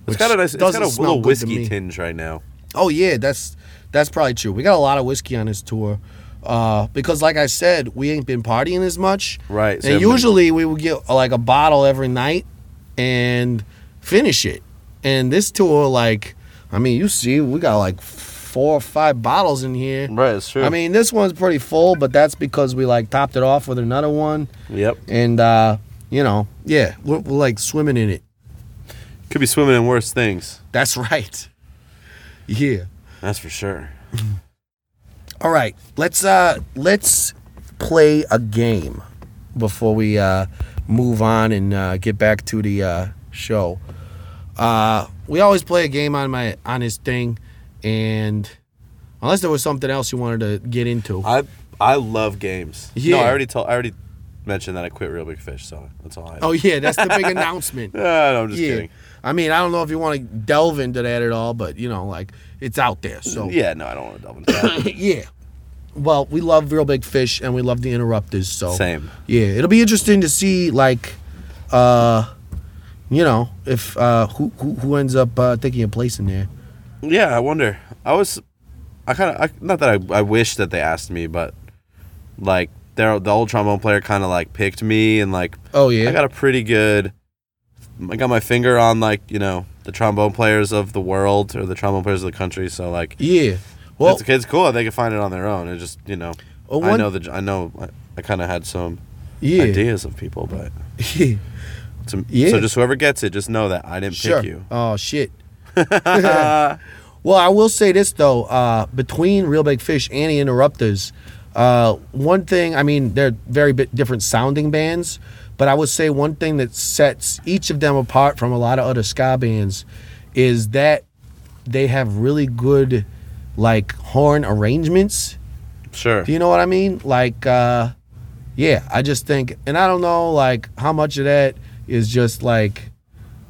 S6: It's got a nice, it's
S1: doesn't
S6: got a
S1: smell
S6: little
S1: good to
S6: whiskey
S1: me.
S6: tinge right now.
S1: Oh yeah, that's that's probably true. We got a lot of whiskey on this tour. Uh, because like I said, we ain't been partying as much.
S6: Right, so
S1: and
S6: everybody-
S1: usually we would get uh, like a bottle every night and finish it. And this tour, like, I mean, you see, we got like four or five bottles in here.
S6: Right, it's true.
S1: I mean, this one's pretty full, but that's because we like topped it off with another one.
S6: Yep.
S1: And uh, you know, yeah, we're, we're like swimming in it.
S6: Could be swimming in worse things.
S1: That's right. Yeah.
S6: That's for sure.
S1: All right, let's uh let's play a game before we uh move on and uh, get back to the uh, show. Uh, we always play a game on my on his thing, and unless there was something else you wanted to get into,
S6: I I love games.
S1: Yeah.
S6: No, I already told. I already mentioned that I quit Real Big Fish, so that's all I.
S1: oh yeah, that's the big announcement.
S6: Ah, no, I'm just
S1: yeah,
S6: kidding.
S1: I mean I don't know if you want to delve into that at all, but you know like it's out there. So
S6: Yeah, no, I don't want to delve into that.
S1: yeah. Well, we love real big fish and we love the interrupters. So
S6: Same.
S1: Yeah, it'll be interesting to see like, uh, you know, if uh, who who, who ends up uh, taking a place in there.
S6: yeah, I wonder. I was, I kind of, I, not that I, I wish that they asked me, but like their the old trombone player kind of like picked me and like
S1: Oh yeah.
S6: I got a pretty good. I got my finger on like you know the trombone players of the world or the trombone players of the country. So like
S1: yeah. Well,
S6: Well, it's, it's cool. They can find it on their own. It just you know,
S1: Well,
S6: I
S1: one-
S6: know the I know I, I kind of had some
S1: Yeah.
S6: ideas of people, but
S1: yeah.
S6: some,
S1: Yeah.
S6: so just whoever gets it, just know that I didn't
S1: Sure.
S6: pick you.
S1: Oh shit. well, I will say this though, uh, between Real Big Fish and the Interrupters, uh, one thing I mean they're very bit different sounding bands, but I would say one thing that sets each of them apart from a lot of other ska bands is that they have really good like horn arrangements.
S6: Sure.
S1: Do you know what I mean? Like, uh, yeah, I just think, and I don't know, like, how much of that is just like,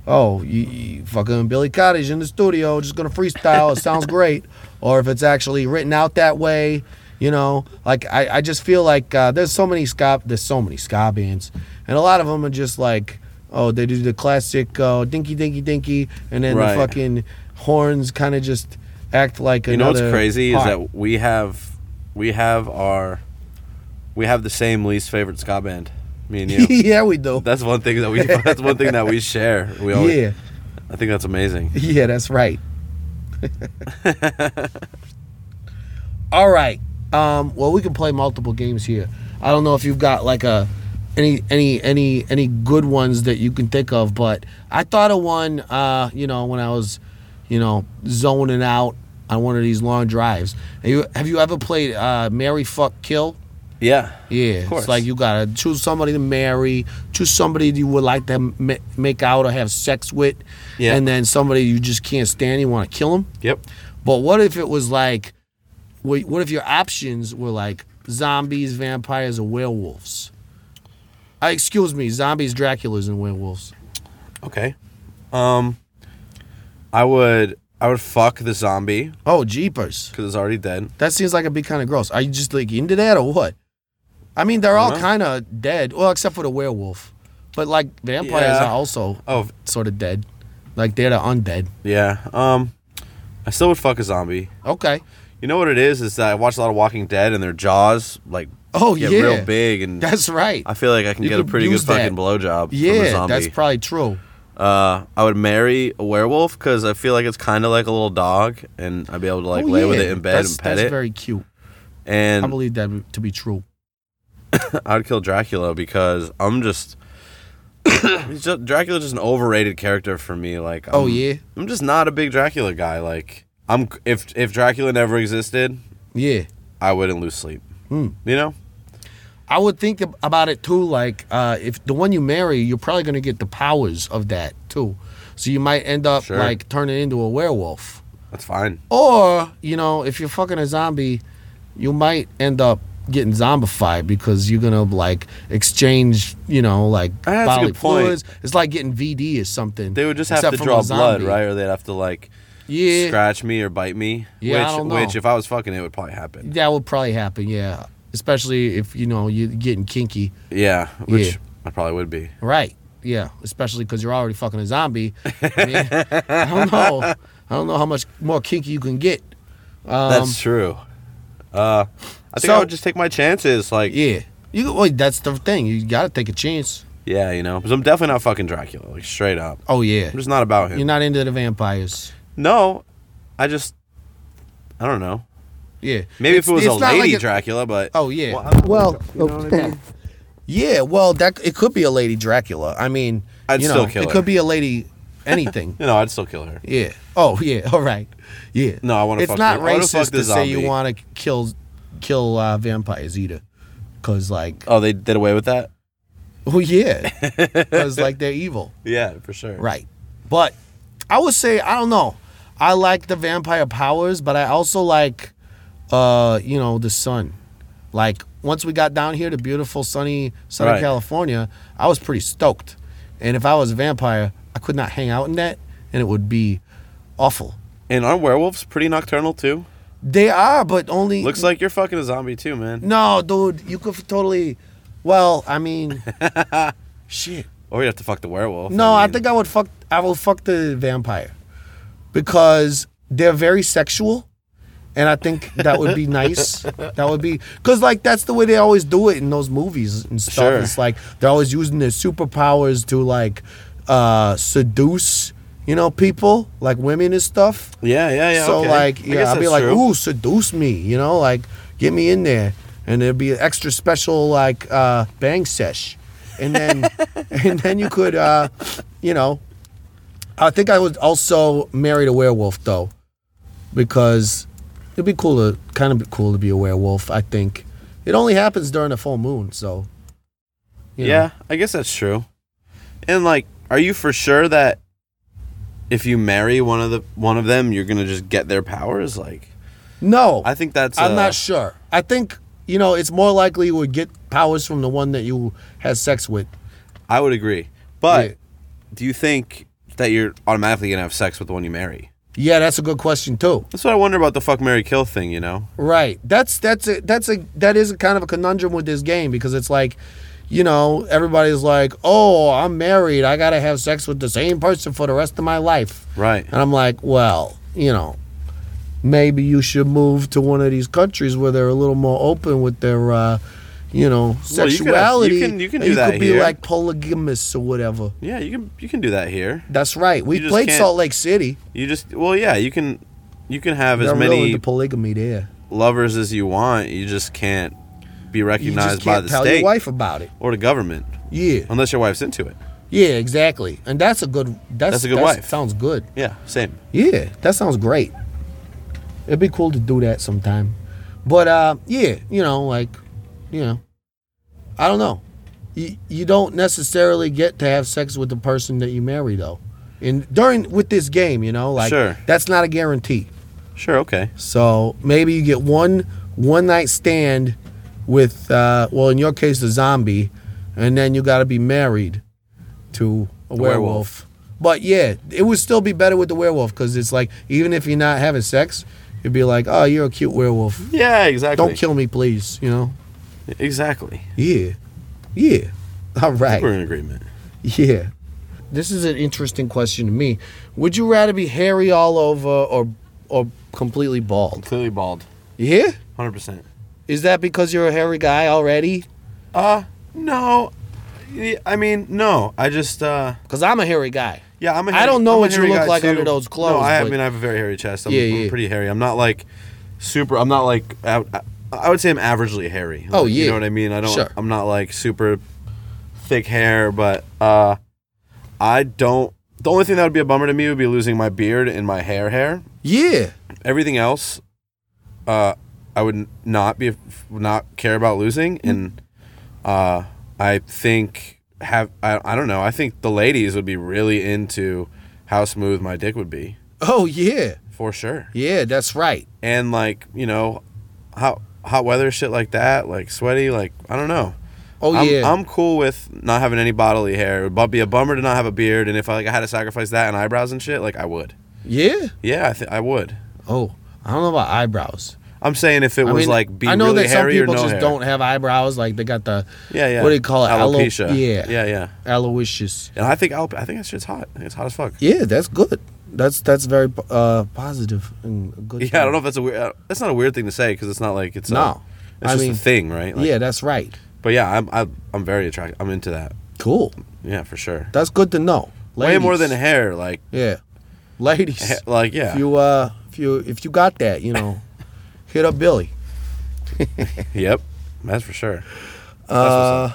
S1: oh, you, you fucking Billy Cottage in the studio, just gonna freestyle. It sounds great, or if it's actually written out that way, you know. Like, I, I just feel like uh, there's so many ska, there's so many ska bands, and a lot of them are just like, oh, they do the classic uh, dinky dinky dinky, and then
S6: Right.
S1: the fucking horns kind of just act like
S6: you know what's
S1: another
S6: crazy
S1: part.
S6: is that we have we have our we have the same least favorite ska band. Me and you.
S1: yeah, we do.
S6: that's one thing that we that's one thing that we share. We always,
S1: yeah.
S6: I think that's amazing.
S1: Yeah, that's right. All right. Um, well, we can play multiple games here. I don't know if you've got like a any any any any good ones that you can think of, but I thought of one. Uh, you know, when I was, you know, zoning out on one of these long drives. Have you, have you ever played uh, Mary Fuck Kill?
S6: Yeah.
S1: Yeah,
S6: Of course.
S1: it's like you gotta choose somebody to marry, choose somebody you would like to ma- make out or have sex with,
S6: Yeah.
S1: and then somebody you just can't stand, you want to kill them.
S6: Yep.
S1: But what if it was like, wait, what if your options were like zombies, vampires, or werewolves? Uh, excuse me, zombies, Draculas, and werewolves.
S6: Okay. Um, I would I would fuck the zombie
S1: Oh, jeepers!
S6: because it's already dead.
S1: That seems like it'd be kind of gross. Are you just like into that or what? I mean, they're all
S6: dunno.
S1: kind of dead, well, except for the werewolf. But like vampires
S6: Yeah.
S1: are also
S6: Oh
S1: sort of dead. Like they're the undead.
S6: yeah. Um, I still would fuck a zombie.
S1: Okay.
S6: You know what it is? Is that I watch a lot of Walking Dead and their jaws like
S1: Oh,
S6: get
S1: yeah.
S6: real big and
S1: That's right.
S6: I feel like I can
S1: You
S6: get a
S1: could
S6: pretty good
S1: use that.
S6: fucking blowjob from a
S1: yeah,
S6: zombie.
S1: that's probably true.
S6: uh, I would marry a werewolf because I feel like it's kind of like a little dog, and I'd be able to like
S1: Oh,
S6: lay with
S1: yeah.
S6: it in bed
S1: that's,
S6: and pet
S1: that's
S6: it.
S1: very cute. I
S6: and
S1: believe that to be true.
S6: I'd kill Dracula because I'm just. he's just Dracula's just an overrated character for me. Like,
S1: Oh,
S6: I'm-
S1: yeah?
S6: I'm just not a big Dracula guy. Like, I'm if if Dracula never existed,
S1: Yeah.
S6: I wouldn't lose sleep.
S1: Hmm.
S6: You know?
S1: I would think ab- about it too. Like, uh, if the one you marry, you're probably going to get the powers of that too. So you might end up
S6: Sure.
S1: like turning into a werewolf.
S6: That's fine.
S1: Oh, Or, you know, if you're fucking a zombie, you might end up getting zombified because you're going to like exchange, you know, like
S6: That's a
S1: bodily
S6: good point.
S1: fluids. It's like getting VD or something.
S6: They would just
S1: except
S6: have to
S1: from a
S6: draw blood,
S1: zombie.
S6: right? Or they'd have to like
S1: Yeah.
S6: scratch me or bite me.
S1: Yeah, I
S6: which
S1: don't know.
S6: which if I was fucking it would probably happen.
S1: That would probably happen, yeah. Especially if, you know, you're getting kinky.
S6: Yeah. Which
S1: Yeah.
S6: I probably would be.
S1: Right. yeah, especially because you're already fucking a zombie. I, mean, I don't know. I don't know how much more kinky you can get.
S6: That's true. Uh, I think I
S1: Um, so-
S6: would just take my chances. Like, yeah.
S1: Yeah, you. Well, that's the thing. You got to take a chance.
S6: you know, 'Cause I'm definitely not fucking Dracula. Like, straight up,
S1: Oh yeah,
S6: I'm just not about him.
S1: you're not into the vampires.
S6: no, I just, I don't know.
S1: Yeah,
S6: Maybe
S1: It's-
S6: if it was
S1: it's
S6: a
S1: not
S6: lady
S1: like it-
S6: Dracula, but
S1: Oh yeah.
S6: Well, I don't-
S12: Well,
S6: you know what I mean?
S1: Yeah, well, that it could be a lady Dracula. I mean,
S6: I'd
S1: you know,
S6: still kill
S1: it
S6: her.
S1: could be a lady anything.
S6: You know, I'd still kill her.
S1: yeah. Oh, yeah. All right. Yeah.
S6: No, I wanna
S1: It's
S6: fuck
S1: not
S6: the- I wanna fuck
S1: racist
S6: the
S1: to say you
S6: zombie.
S1: want to kill kill uh, vampires either, because like,
S6: Oh, they did away with that.
S1: oh yeah, because like they're evil,
S6: Yeah, for sure.
S1: right? But I would say I don't know. I like the vampire powers, but I also like, uh, you know, the sun. Like once we got down here to beautiful sunny Southern
S6: Right.
S1: California, I was pretty stoked. And if I was a vampire, I could not hang out in that, and it would be awful.
S6: And aren't werewolves pretty nocturnal too?
S1: They are, but only
S6: Looks like you're fucking a zombie too, man.
S1: no, dude. You could totally. Well, I mean, shit.
S6: Or you have to fuck the werewolf.
S1: No, I
S6: mean,
S1: think I would fuck. I will fuck the vampire because they're very sexual, and I think that would be nice. that would be because like that's the way they always do it in those movies and stuff.
S6: Sure.
S1: It's like they're always using their superpowers to like uh seduce, you know, people like women and stuff.
S6: Yeah, yeah, yeah.
S1: So
S6: okay. I
S1: like,
S6: guess
S1: yeah, I'd be
S6: that's
S1: like,
S6: true.
S1: ooh, seduce me, you know, like get me in there, and there'd be an extra special like uh, bang sesh, and then and then you could, uh, you know, I think I would also marry the werewolf though, because it'd be cool to kind of cool to be a werewolf. I think it only happens during the full moon, so you know.
S6: Yeah, I guess that's true. And like, are you for sure that if you marry one of the one of them, you're gonna just get their powers? Like,
S1: No,
S6: I think that's.
S1: I'm
S6: uh,
S1: not sure. I think you know it's more likely you would get powers from the one that you had sex with.
S6: I would agree, but
S1: Yeah.
S6: do you think that you're automatically gonna have sex with the one you marry?
S1: Yeah, that's a good question too.
S6: That's what I wonder about the fuck Mary Kill thing. You know,
S1: Right. That's that's a that's a that is a kind of a conundrum with this game because it's like, you know, everybody's like, "Oh, I'm married. I got to have sex with the same person for the rest of my life."
S6: right?
S1: And I'm like, "Well, you know, maybe you should move to one of these countries where they're a little more open with their uh, you know,
S6: Well, you could have- you
S1: sexuality.
S6: can- you can
S1: and
S6: do that
S1: could be
S6: here.
S1: like polygamous or whatever.
S6: Yeah, you can you can do that here.
S1: That's right. We
S6: You just
S1: played
S6: can't-
S1: Salt Lake City.
S6: You just well, yeah, you can you can have as
S1: They're real
S6: many
S1: into polygamy there.
S6: lovers as you want. You just can't be
S1: You
S6: recognized
S1: just
S6: by
S1: can't
S6: the
S1: tell
S6: state
S1: your wife about it.
S6: or the government
S1: Yeah.
S6: unless your wife's into it.
S1: Yeah, exactly. And that's a good. That's,
S6: That's a good
S1: that's-
S6: wife.
S1: Sounds good.
S6: Yeah, same.
S1: Yeah, that sounds great. It'd be cool to do that sometime. But uh, yeah, you know, like, you know, I don't know. You, you don't necessarily get to have sex with the person that you marry though. And during with this game, you know, like
S6: Sure.
S1: that's not a guarantee.
S6: Sure, okay.
S1: So maybe you get one one night stand with uh, well, in your case, the zombie, and then you got to be married to a werewolf.
S6: werewolf.
S1: But yeah, it would still be better with the werewolf because it's like even if you're not having sex, you'd be like, oh, you're a cute werewolf.
S6: Yeah, exactly.
S1: Don't kill me, please. You know?
S6: Exactly.
S1: Yeah, yeah. All right.
S6: We're in agreement.
S1: Yeah. This is an interesting question to me. Would you rather be hairy all over or or completely bald?
S6: Clearly bald.
S1: Yeah.
S6: 100%.
S1: Is that because you're a hairy guy already?
S6: Uh, no. Yeah, I mean, no. I just, uh,
S1: Because I'm a hairy guy.
S6: yeah, I'm a
S1: I
S6: hairy-
S1: don't know
S6: I'm a
S1: what you
S6: hairy
S1: look
S6: guy,
S1: like
S6: too.
S1: under those clothes,
S6: No, I, I
S1: but-
S6: mean, I have a very hairy chest. I'm,
S1: Yeah,
S6: I'm
S1: yeah.
S6: pretty hairy. I'm not like super, I'm not like, I, I- I would say I'm averagely hairy.
S1: Oh,
S6: Like,
S1: yeah.
S6: You know what I mean? I don't,
S1: Sure.
S6: I'm not like super thick hair, but, uh, I don't, the only thing that would be a bummer to me would be losing my beard and my hair hair.
S1: Yeah.
S6: everything else uh i would not be not care about losing
S1: Hmm.
S6: and uh i think have I, I don't know i think the ladies would be really into how smooth my dick would be
S1: Oh yeah.
S6: for sure
S1: Yeah, that's right.
S6: and like you know hot hot weather shit like that like sweaty like i don't know
S1: Oh
S6: I'm,
S1: yeah.
S6: I'm cool with not having any bodily hair. It would bu- be a bummer to not have a beard, and if I, like, I had to sacrifice that and eyebrows and shit, like I would.
S1: yeah.
S6: Yeah, I think I would.
S1: Oh, I don't know about eyebrows.
S6: I'm saying if it was like be
S1: I know
S6: really
S1: that some
S6: hairy
S1: people
S6: or no
S1: just
S6: hair.
S1: don't have eyebrows. Like they got the
S6: Yeah, yeah.
S1: What do you call it? Alo-
S6: Alopecia.
S1: yeah.
S6: yeah, yeah.
S1: Aloysius.
S6: And I think alope- I think that shit's hot. I think it's hot as fuck.
S1: Yeah, that's good. That's that's very uh, positive and a good.
S6: Yeah, I don't know if that's a weird. uh, That's not a weird thing to say because it's not like it's a-
S1: No.
S6: it's
S1: I
S6: just
S1: mean-
S6: a thing, right? Like-
S1: yeah, that's right.
S6: But yeah, I'm I'm, I'm very attracted. I'm into that.
S1: Cool.
S6: Yeah, for sure.
S1: That's good to know.
S6: Way more than
S1: Ladies.
S6: hair. Like
S1: Yeah, ladies.
S6: ha- like yeah
S1: If you uh, if you if you got that, you know, hit up Billy.
S6: yep. That's for sure.
S1: Uh,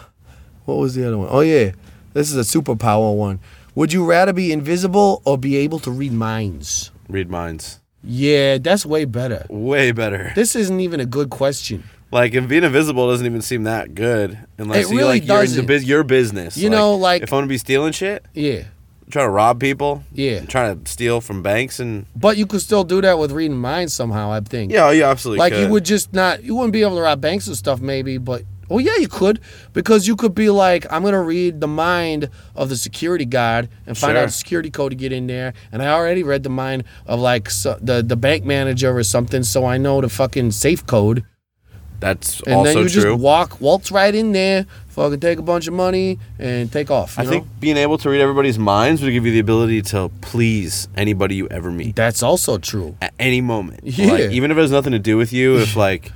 S1: what was the other one? Oh yeah, this is a superpower one. Would you rather be invisible or be able to read minds?
S6: Read minds.
S1: Yeah, that's way better.
S6: Way better.
S1: This isn't even a good question.
S6: Like if being invisible doesn't even seem that good unless
S1: It
S6: you
S1: really
S6: like you're into
S1: doesn't.
S6: bus- your business.
S1: You know, like-
S6: if I'm gonna be stealing shit,
S1: Yeah,
S6: trying to rob people,
S1: Yeah.
S6: trying to steal from banks and
S1: but you could still do that with reading minds somehow. I think.
S6: yeah, you absolutely
S1: like you
S6: could.
S1: would just not you wouldn't be able to rob banks and stuff maybe but oh yeah you could because you could be like i'm gonna read the mind of the security guard and find
S6: Sure.
S1: out the security code to get in there and i already read the mind of like so, the the bank manager or something so i know the fucking safe code
S6: That's
S1: and
S6: also
S1: then you
S6: true.
S1: just walk waltz right in there fucking take a bunch of money and take off
S6: I
S1: you know?
S6: think being able to read everybody's minds would give you the ability to please anybody you ever meet.
S1: that's also true
S6: at any moment.
S1: Yeah.
S6: Like, even if it has nothing to do with you, if like,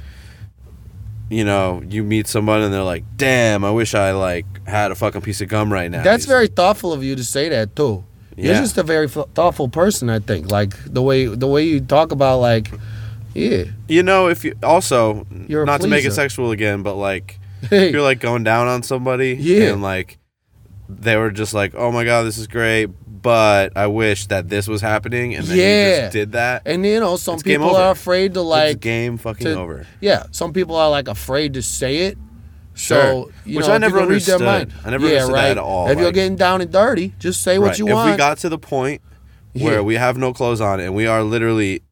S6: you know, you meet someone and they're like, "Damn, I wish I like had a fucking piece of gum right now."
S1: That's
S6: He's
S1: very thoughtful of you to say that too. You're
S6: Yeah.
S1: just a very f- thoughtful person, I think. Like the way the way you talk about like, yeah,
S6: like- You know, if you also
S1: You're a
S6: not to make it
S1: pleaser.
S6: sexual again, but like,
S1: hey,
S6: if you're like going down on somebody,
S1: Yeah.
S6: and like, they were just like, "Oh my god, this is great," but I wish that this was happening, and then you
S1: Yeah.
S6: just did that.
S1: and you know some
S6: It's game
S1: people
S6: over.
S1: are afraid to
S6: It's
S1: like
S6: game fucking
S1: to-
S6: over.
S1: Yeah, some people are like afraid to say it. So
S6: Sure.
S1: you
S6: Which
S1: know,
S6: I
S1: if
S6: never
S1: you can read their
S6: understood.
S1: mind.
S6: I never
S1: yeah,
S6: understood that
S1: right.
S6: at all,
S1: If you're
S6: like-
S1: getting down and dirty, just say what
S6: Right.
S1: you
S6: if
S1: want.
S6: we got to the point where
S1: Yeah.
S6: we have no clothes on and we are literally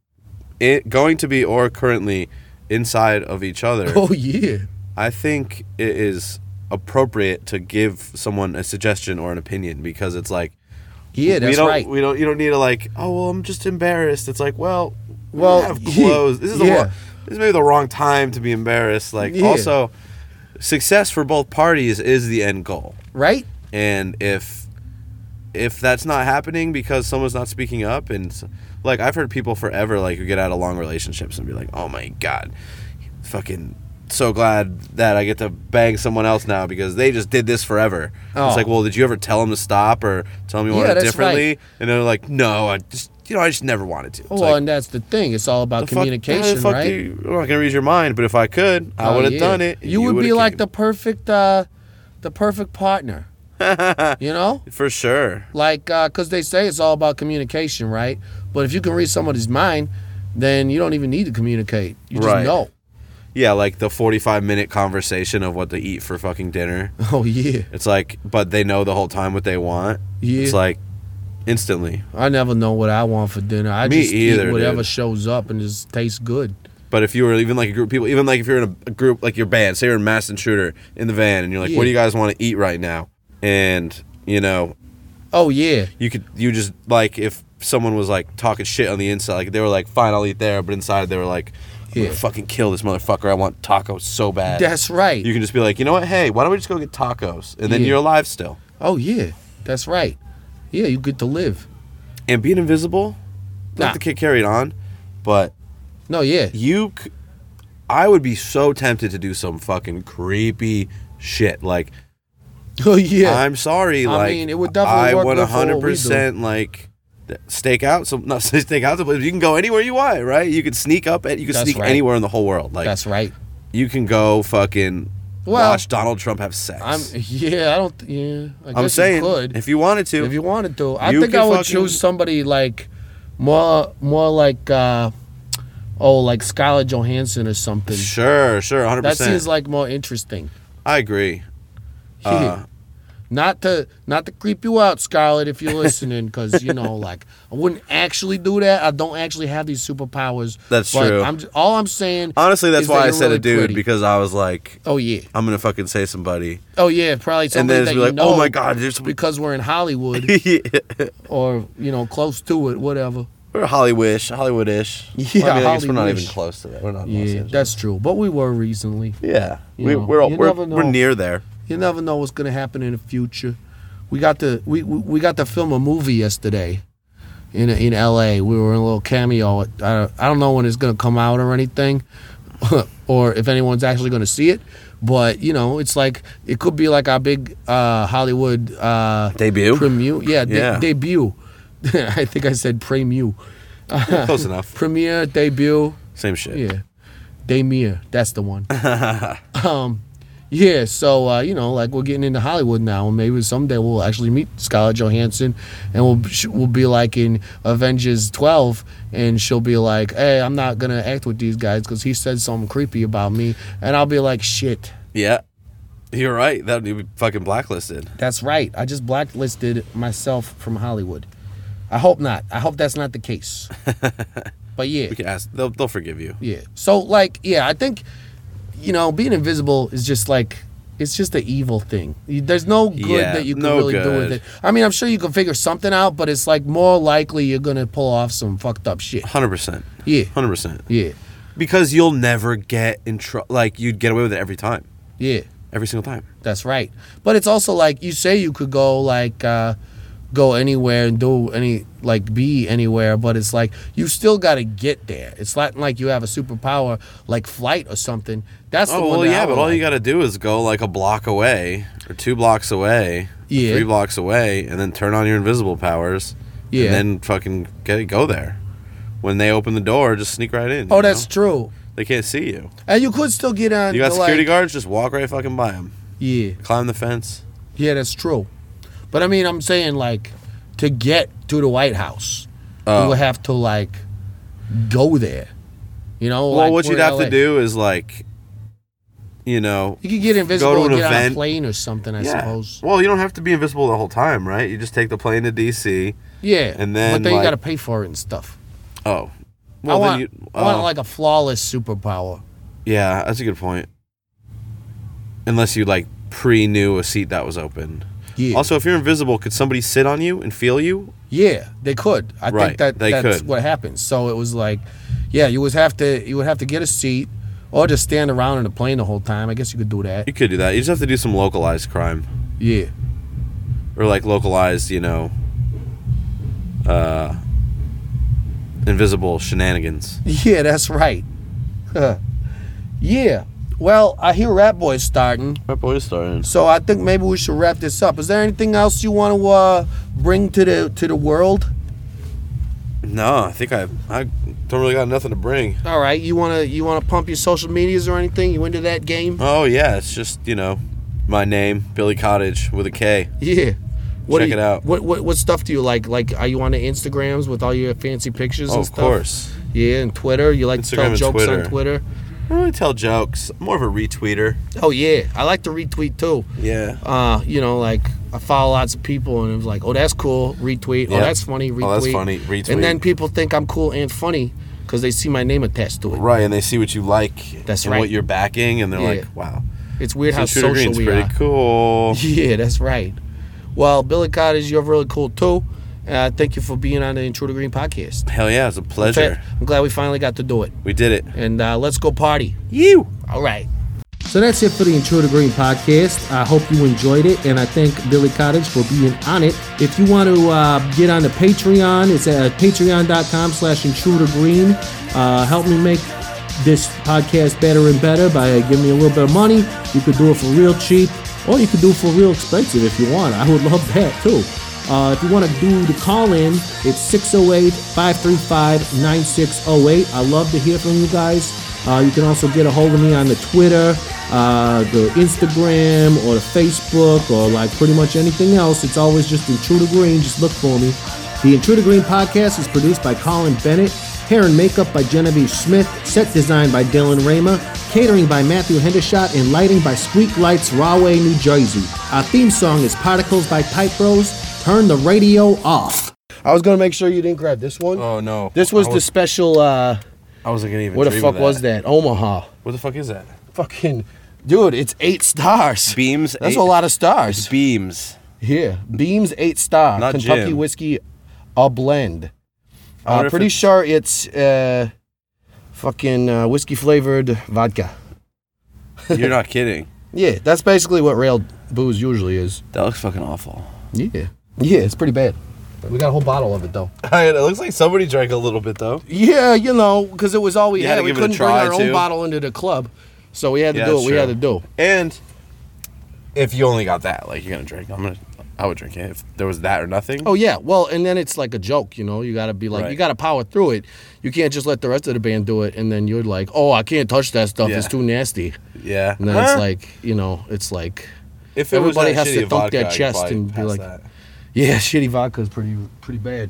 S6: i going to be or currently inside of each other,
S1: oh yeah,
S6: I think it is appropriate to give someone a suggestion or an opinion because it's like
S1: yeah,
S6: we
S1: that's
S6: don't
S1: right.
S6: we don't you don't need to like oh well I'm just embarrassed. It's like well we
S1: Well,
S6: don't have clothes. This is the
S1: yeah.
S6: wrong, this is maybe the wrong time to be embarrassed. Like
S1: Yeah.
S6: also success for both parties is the end goal
S1: right?
S6: and if if that's not happening because someone's not speaking up and s- like i've heard people forever like who get out of long relationships and be like oh my god fucking so glad that i get to bang someone else now because they just did this forever
S1: Oh.
S6: it's like well did you ever tell them to stop or tell them you
S1: Yeah,
S6: wanted it
S1: that's
S6: differently
S1: right.
S6: and they're like no i just you know i just never wanted to It's
S1: Well,
S6: like,
S1: and that's the thing. It's all about
S6: the fuck- how
S1: communication,
S6: the fuck
S1: right?
S6: do you- i'm not gonna read your mind but if i could i
S1: Oh,
S6: would have
S1: yeah.
S6: done it and
S1: You, would
S6: would've
S1: be like the
S6: came.
S1: perfect, uh, the perfect partner. you know,
S6: for sure
S1: like because they say it's all about communication, right? But if you can read somebody's mind, then you don't even need to communicate. You just
S6: Right.
S1: know.
S6: Yeah, like the 45 minute conversation of what to eat for fucking dinner.
S1: Oh yeah,
S6: It's like, but they know the whole time what they want.
S1: Yeah.
S6: It's like instantly.
S1: I never know what I want for dinner. I
S6: Me
S1: just
S6: either,
S1: eat whatever
S6: dude.
S1: shows up and just tastes good.
S6: But if you were even like a group of people, even like if you're in a, a group, like your band, say you're in Mass Intruder in the van and you're like, what
S1: Yeah.
S6: do you guys want to eat right now? And, you know,
S1: Oh yeah,
S6: you could, you just like, if someone was like talking shit on the inside, like they were like, fine, I'll eat there. But inside they were like, I'm
S1: Yeah.
S6: gonna fucking kill this motherfucker. I want tacos so bad.
S1: that's right.
S6: You can just be like, you know what? Hey, why don't we just go get tacos? And then
S1: Yeah.
S6: you're alive still.
S1: oh yeah, that's right. Yeah, you get to live.
S6: and being invisible, not
S1: Nah.
S6: the kid carried on, but
S1: No, yeah,
S6: you, c- I would be so tempted to do some fucking creepy shit. Like,
S1: oh yeah.
S6: I'm sorry,
S1: I
S6: like,
S1: mean, it would definitely
S6: I
S1: work
S6: want
S1: good for what we do.
S6: 100% like th- stake out some, not stake out some, but you can go anywhere you want, right? You could sneak up, at, you could
S1: That's
S6: sneak
S1: right.
S6: anywhere in the whole world. Like,
S1: that's right.
S6: you can go fucking
S1: Well,
S6: watch Donald Trump have sex.
S1: I'm yeah. I don't. Yeah, I guess
S6: I'm saying,
S1: you could.
S6: if you wanted to,
S1: if you wanted to. I
S6: You
S1: think
S6: could
S1: I would
S6: fucking-
S1: choose somebody like more more like uh oh like Scarlett Johansson or something.
S6: sure, sure, 100%.
S1: That seems like more interesting.
S6: I agree. Uh,
S1: not to not to creep you out, Scarlett, if you're listening, because you know, like I wouldn't actually do that. I don't actually have these superpowers.
S6: That's
S1: but
S6: true.
S1: I'm j- all I'm saying.
S6: Honestly, that's
S1: is
S6: why
S1: that
S6: I
S1: you're
S6: said
S1: really
S6: a dude
S1: pretty.
S6: because I was like,
S1: Oh yeah,
S6: I'm gonna fucking say somebody,
S1: oh yeah, probably
S6: and
S1: somebody
S6: then
S1: that
S6: it's be
S1: you
S6: like,
S1: know
S6: oh my god, there's
S1: because we're in Hollywood
S6: yeah.
S1: or you know close to it, whatever.
S6: We're Hollywood-ish, Hollywood-ish.
S1: Yeah,
S6: Well, I mean, I guess we're not even
S1: Hollywood-ish.
S6: close to that. We're not. in Los
S1: Yeah,
S6: Angeles.
S1: that's true. But we were recently.
S6: yeah.
S1: You
S6: we,
S1: know,
S6: we're all,
S1: you
S6: we're,
S1: never
S6: we're
S1: know.
S6: near there.
S1: You never know what's gonna happen in the future. We got to we we we got to film a movie yesterday, in in L.A. We were in a little cameo. I don't, I don't know when it's gonna come out or anything, or if anyone's actually gonna see it. But you know, it's like it could be like our big uh, Hollywood uh,
S6: Debut?
S1: Premiere, yeah, de-
S6: Yeah.
S1: debut. I think I said premiere,
S6: Close enough.
S1: premiere debut.
S6: Same shit.
S1: Yeah. Damir, that's the one. um, yeah, so uh, you know, like we're getting into Hollywood now, and maybe someday we'll actually meet Scarlett Johansson, and we'll sh- we'll be like in Avengers twelve, and she'll be like, "Hey, I'm not gonna act with these guys because he said something creepy about me," and I'll be like, "Shit,
S6: Yeah. You're right. That would be fucking blacklisted.
S1: that's right. I just blacklisted myself from Hollywood. I hope not. I hope that's not the case. but yeah,
S6: We can ask. They'll, they'll forgive you.
S1: Yeah. So like, yeah, I think, you know, being invisible is just like it's just the evil thing. You- There's no good
S6: Yeah,
S1: that you can
S6: no
S1: really do with
S6: good.
S1: it. I mean, I'm sure you can figure something out, but it's like more likely you're gonna pull off some fucked up shit.
S6: 100%.
S1: Yeah.
S6: 100%.
S1: Yeah.
S6: Because you'll never get in trouble. Like, you'd get away with it every time.
S1: Yeah.
S6: Every single time.
S1: That's right. But it's also like you say you could go like uh go anywhere and do any like be anywhere, but it's like you still gotta get there. It's not like you have a superpower like flight or something. That's the
S6: Oh,
S1: one
S6: well,
S1: that I
S6: yeah, but
S1: would
S6: all you
S1: like.
S6: got to do is go like a block away or two blocks away, or
S1: Yeah.
S6: three blocks away, and then turn on your invisible powers.
S1: Yeah.
S6: And then fucking get, go there. When they open the door, just sneak right in.
S1: Oh,
S6: you
S1: that's
S6: know?
S1: true.
S6: They can't see you.
S1: And you could still get on.
S6: You got
S1: the,
S6: security
S1: like,
S6: guards, just walk right fucking by them.
S1: Yeah,
S6: Climb the fence.
S1: yeah, that's true. But I mean, I'm saying like to get to the White House, you
S6: Oh.
S1: would have to like go there. You know,
S6: Well,
S1: like,
S6: what
S1: we're
S6: you'd
S1: in
S6: have
S1: LA.
S6: to do is like, you know,
S1: you could get invisible
S6: an
S1: and get on a
S6: event.
S1: plane or something. I suppose.
S6: Well, you don't have to be invisible the whole time, right? You just take the plane to DC.
S1: Yeah,
S6: And then,
S1: but then
S6: like-
S1: you got to pay for it and stuff.
S6: Oh,
S1: I
S6: well
S1: want,
S6: then you.
S1: I want
S6: oh.
S1: like a flawless superpower.
S6: Yeah, that's a good point. Unless you like pre knew a seat that was open.
S1: Yeah,
S6: Also, if you're invisible, could somebody sit on you and feel you?
S1: yeah, they could. I
S6: Right,
S1: think that
S6: they
S1: that's
S6: could.
S1: what happens. So it was like, yeah, you would have to you would have to get a seat or just stand around in the plane the whole time. I guess you could do that.
S6: You could do that. You just have to do some localized crime
S1: Yeah.
S6: or like localized, you know, uh, invisible shenanigans.
S1: Yeah, that's right. Huh. yeah. Well, I hear Rat Boy's starting,
S6: My boy's starting.
S1: so I think maybe we should wrap this up. Is there anything else you want to uh, bring to the to the world?
S6: No, I think I I don't really got nothing to bring.
S1: All right, you wanna you wanna pump your social medias or anything? You into that game?
S6: Oh yeah, it's just you know, my name Billy Cottage with a K.
S1: Yeah. What do
S6: Check
S1: you-
S6: it out.
S1: What, what what stuff do you like? Like, are you on the Instagrams with all your fancy pictures?
S6: Oh,
S1: and
S6: of
S1: stuff?
S6: course.
S1: Yeah, and Twitter. You like to
S6: Instagram
S1: tell
S6: and
S1: jokes
S6: Twitter.
S1: on Twitter.
S6: I don't really tell jokes. I'm more of a retweeter.
S1: Oh yeah, I like to retweet too.
S6: Yeah.
S1: uh, you know, like I follow lots of people, and it was like, oh, that's cool, retweet. Oh,
S6: Yeah.
S1: that's funny, retweet.
S6: Oh, that's funny, retweet.
S1: And then people think I'm cool and funny because they see my name attached to it.
S6: Right, and they see what you like
S1: That's
S6: and
S1: right.
S6: what you're backing, and they're
S1: Yeah.
S6: like, wow.
S1: It's weird
S6: So
S1: how
S6: Shooter
S1: social
S6: Green's
S1: we
S6: pretty
S1: are.
S6: cool.
S1: Yeah, that's right. Well, Billy Cottage, you're really cool too. Uh, thank you for being on the Intruder Green podcast.
S6: Hell yeah, it's a
S1: In
S6: pleasure.
S1: fact, I'm glad we finally got to do it.
S6: We did it.
S1: And uh, let's go party.
S6: You.
S1: All right.
S13: So that's it for the Intruder Green podcast. I hope you enjoyed it, and I thank Billy Cottage for being on it. If you want to uh, get on the Patreon, it's at patreon.com slash intruder green. Uh, help me make this podcast better and better by giving me a little bit of money. You could do it for real cheap, or you could do it for real expensive if you want. I would love that too. Uh, if you want to do the call in, it's 608 535 9608. I love to hear from you guys. Uh, you can also get a hold of me on the Twitter, uh, the Instagram, or the Facebook, or like pretty much anything else. It's always just Intruder Green. Just look for me. The Intruder Green podcast is produced by Colin Bennett, hair and makeup by Genevieve Smith, set design by Dylan Rama, catering by Matthew Hendershot, and lighting by Squeak Lights, Rahway, New Jersey. Our theme song is Particles by Pipe Bros. Turn the radio off.
S1: I was gonna make sure you didn't grab this one.
S6: Oh no.
S1: this was,
S6: I
S1: the special. Uh,
S6: I wasn't gonna even.
S1: what the
S6: dream
S1: fuck
S6: of
S1: was that? Omaha.
S6: What the fuck is that?
S1: Fucking dude, it's eight stars.
S6: Beams.
S1: That's
S6: eight-
S1: a lot of stars.
S6: It's beams.
S1: Yeah, Beams eight star
S6: Not
S1: Kentucky
S6: Jim.
S1: whiskey, a blend.
S6: I wonder
S1: I'm
S6: if
S1: pretty
S6: it-
S1: sure it's uh, fucking uh, whiskey flavored vodka.
S6: You're not kidding.
S1: Yeah, that's basically what rail booze usually is.
S6: That looks fucking awful.
S1: Yeah. Yeah, it's pretty bad. We got a whole bottle of it though.
S6: it looks like somebody drank a little bit though.
S1: Yeah, you know, because it was all we
S6: You had
S1: had.
S6: to
S1: We
S6: give it a
S1: couldn't
S6: try,
S1: bring our
S6: too.
S1: own bottle into the club, so we had to
S6: Yeah,
S1: do what
S6: that's
S1: we had to
S6: true.
S1: do.
S6: And if you only got that, like you're gonna drink. I'm gonna. I would drink it if there was that or nothing.
S1: Oh yeah, well, and then it's like a joke, you know. You got to be like,
S6: Right.
S1: you got to power through it. You can't just let the rest of the band do it, and then you're like, oh, I can't touch that stuff. It's
S6: Yeah.
S1: too nasty.
S6: yeah.
S1: And then
S6: Huh?
S1: it's like, you know, it's like,
S6: if
S1: everybody has to
S6: shitty
S1: thump their
S6: I could
S1: chest
S6: probably
S1: and be
S6: pass
S1: like- yeah, shitty vodka's pretty pretty bad.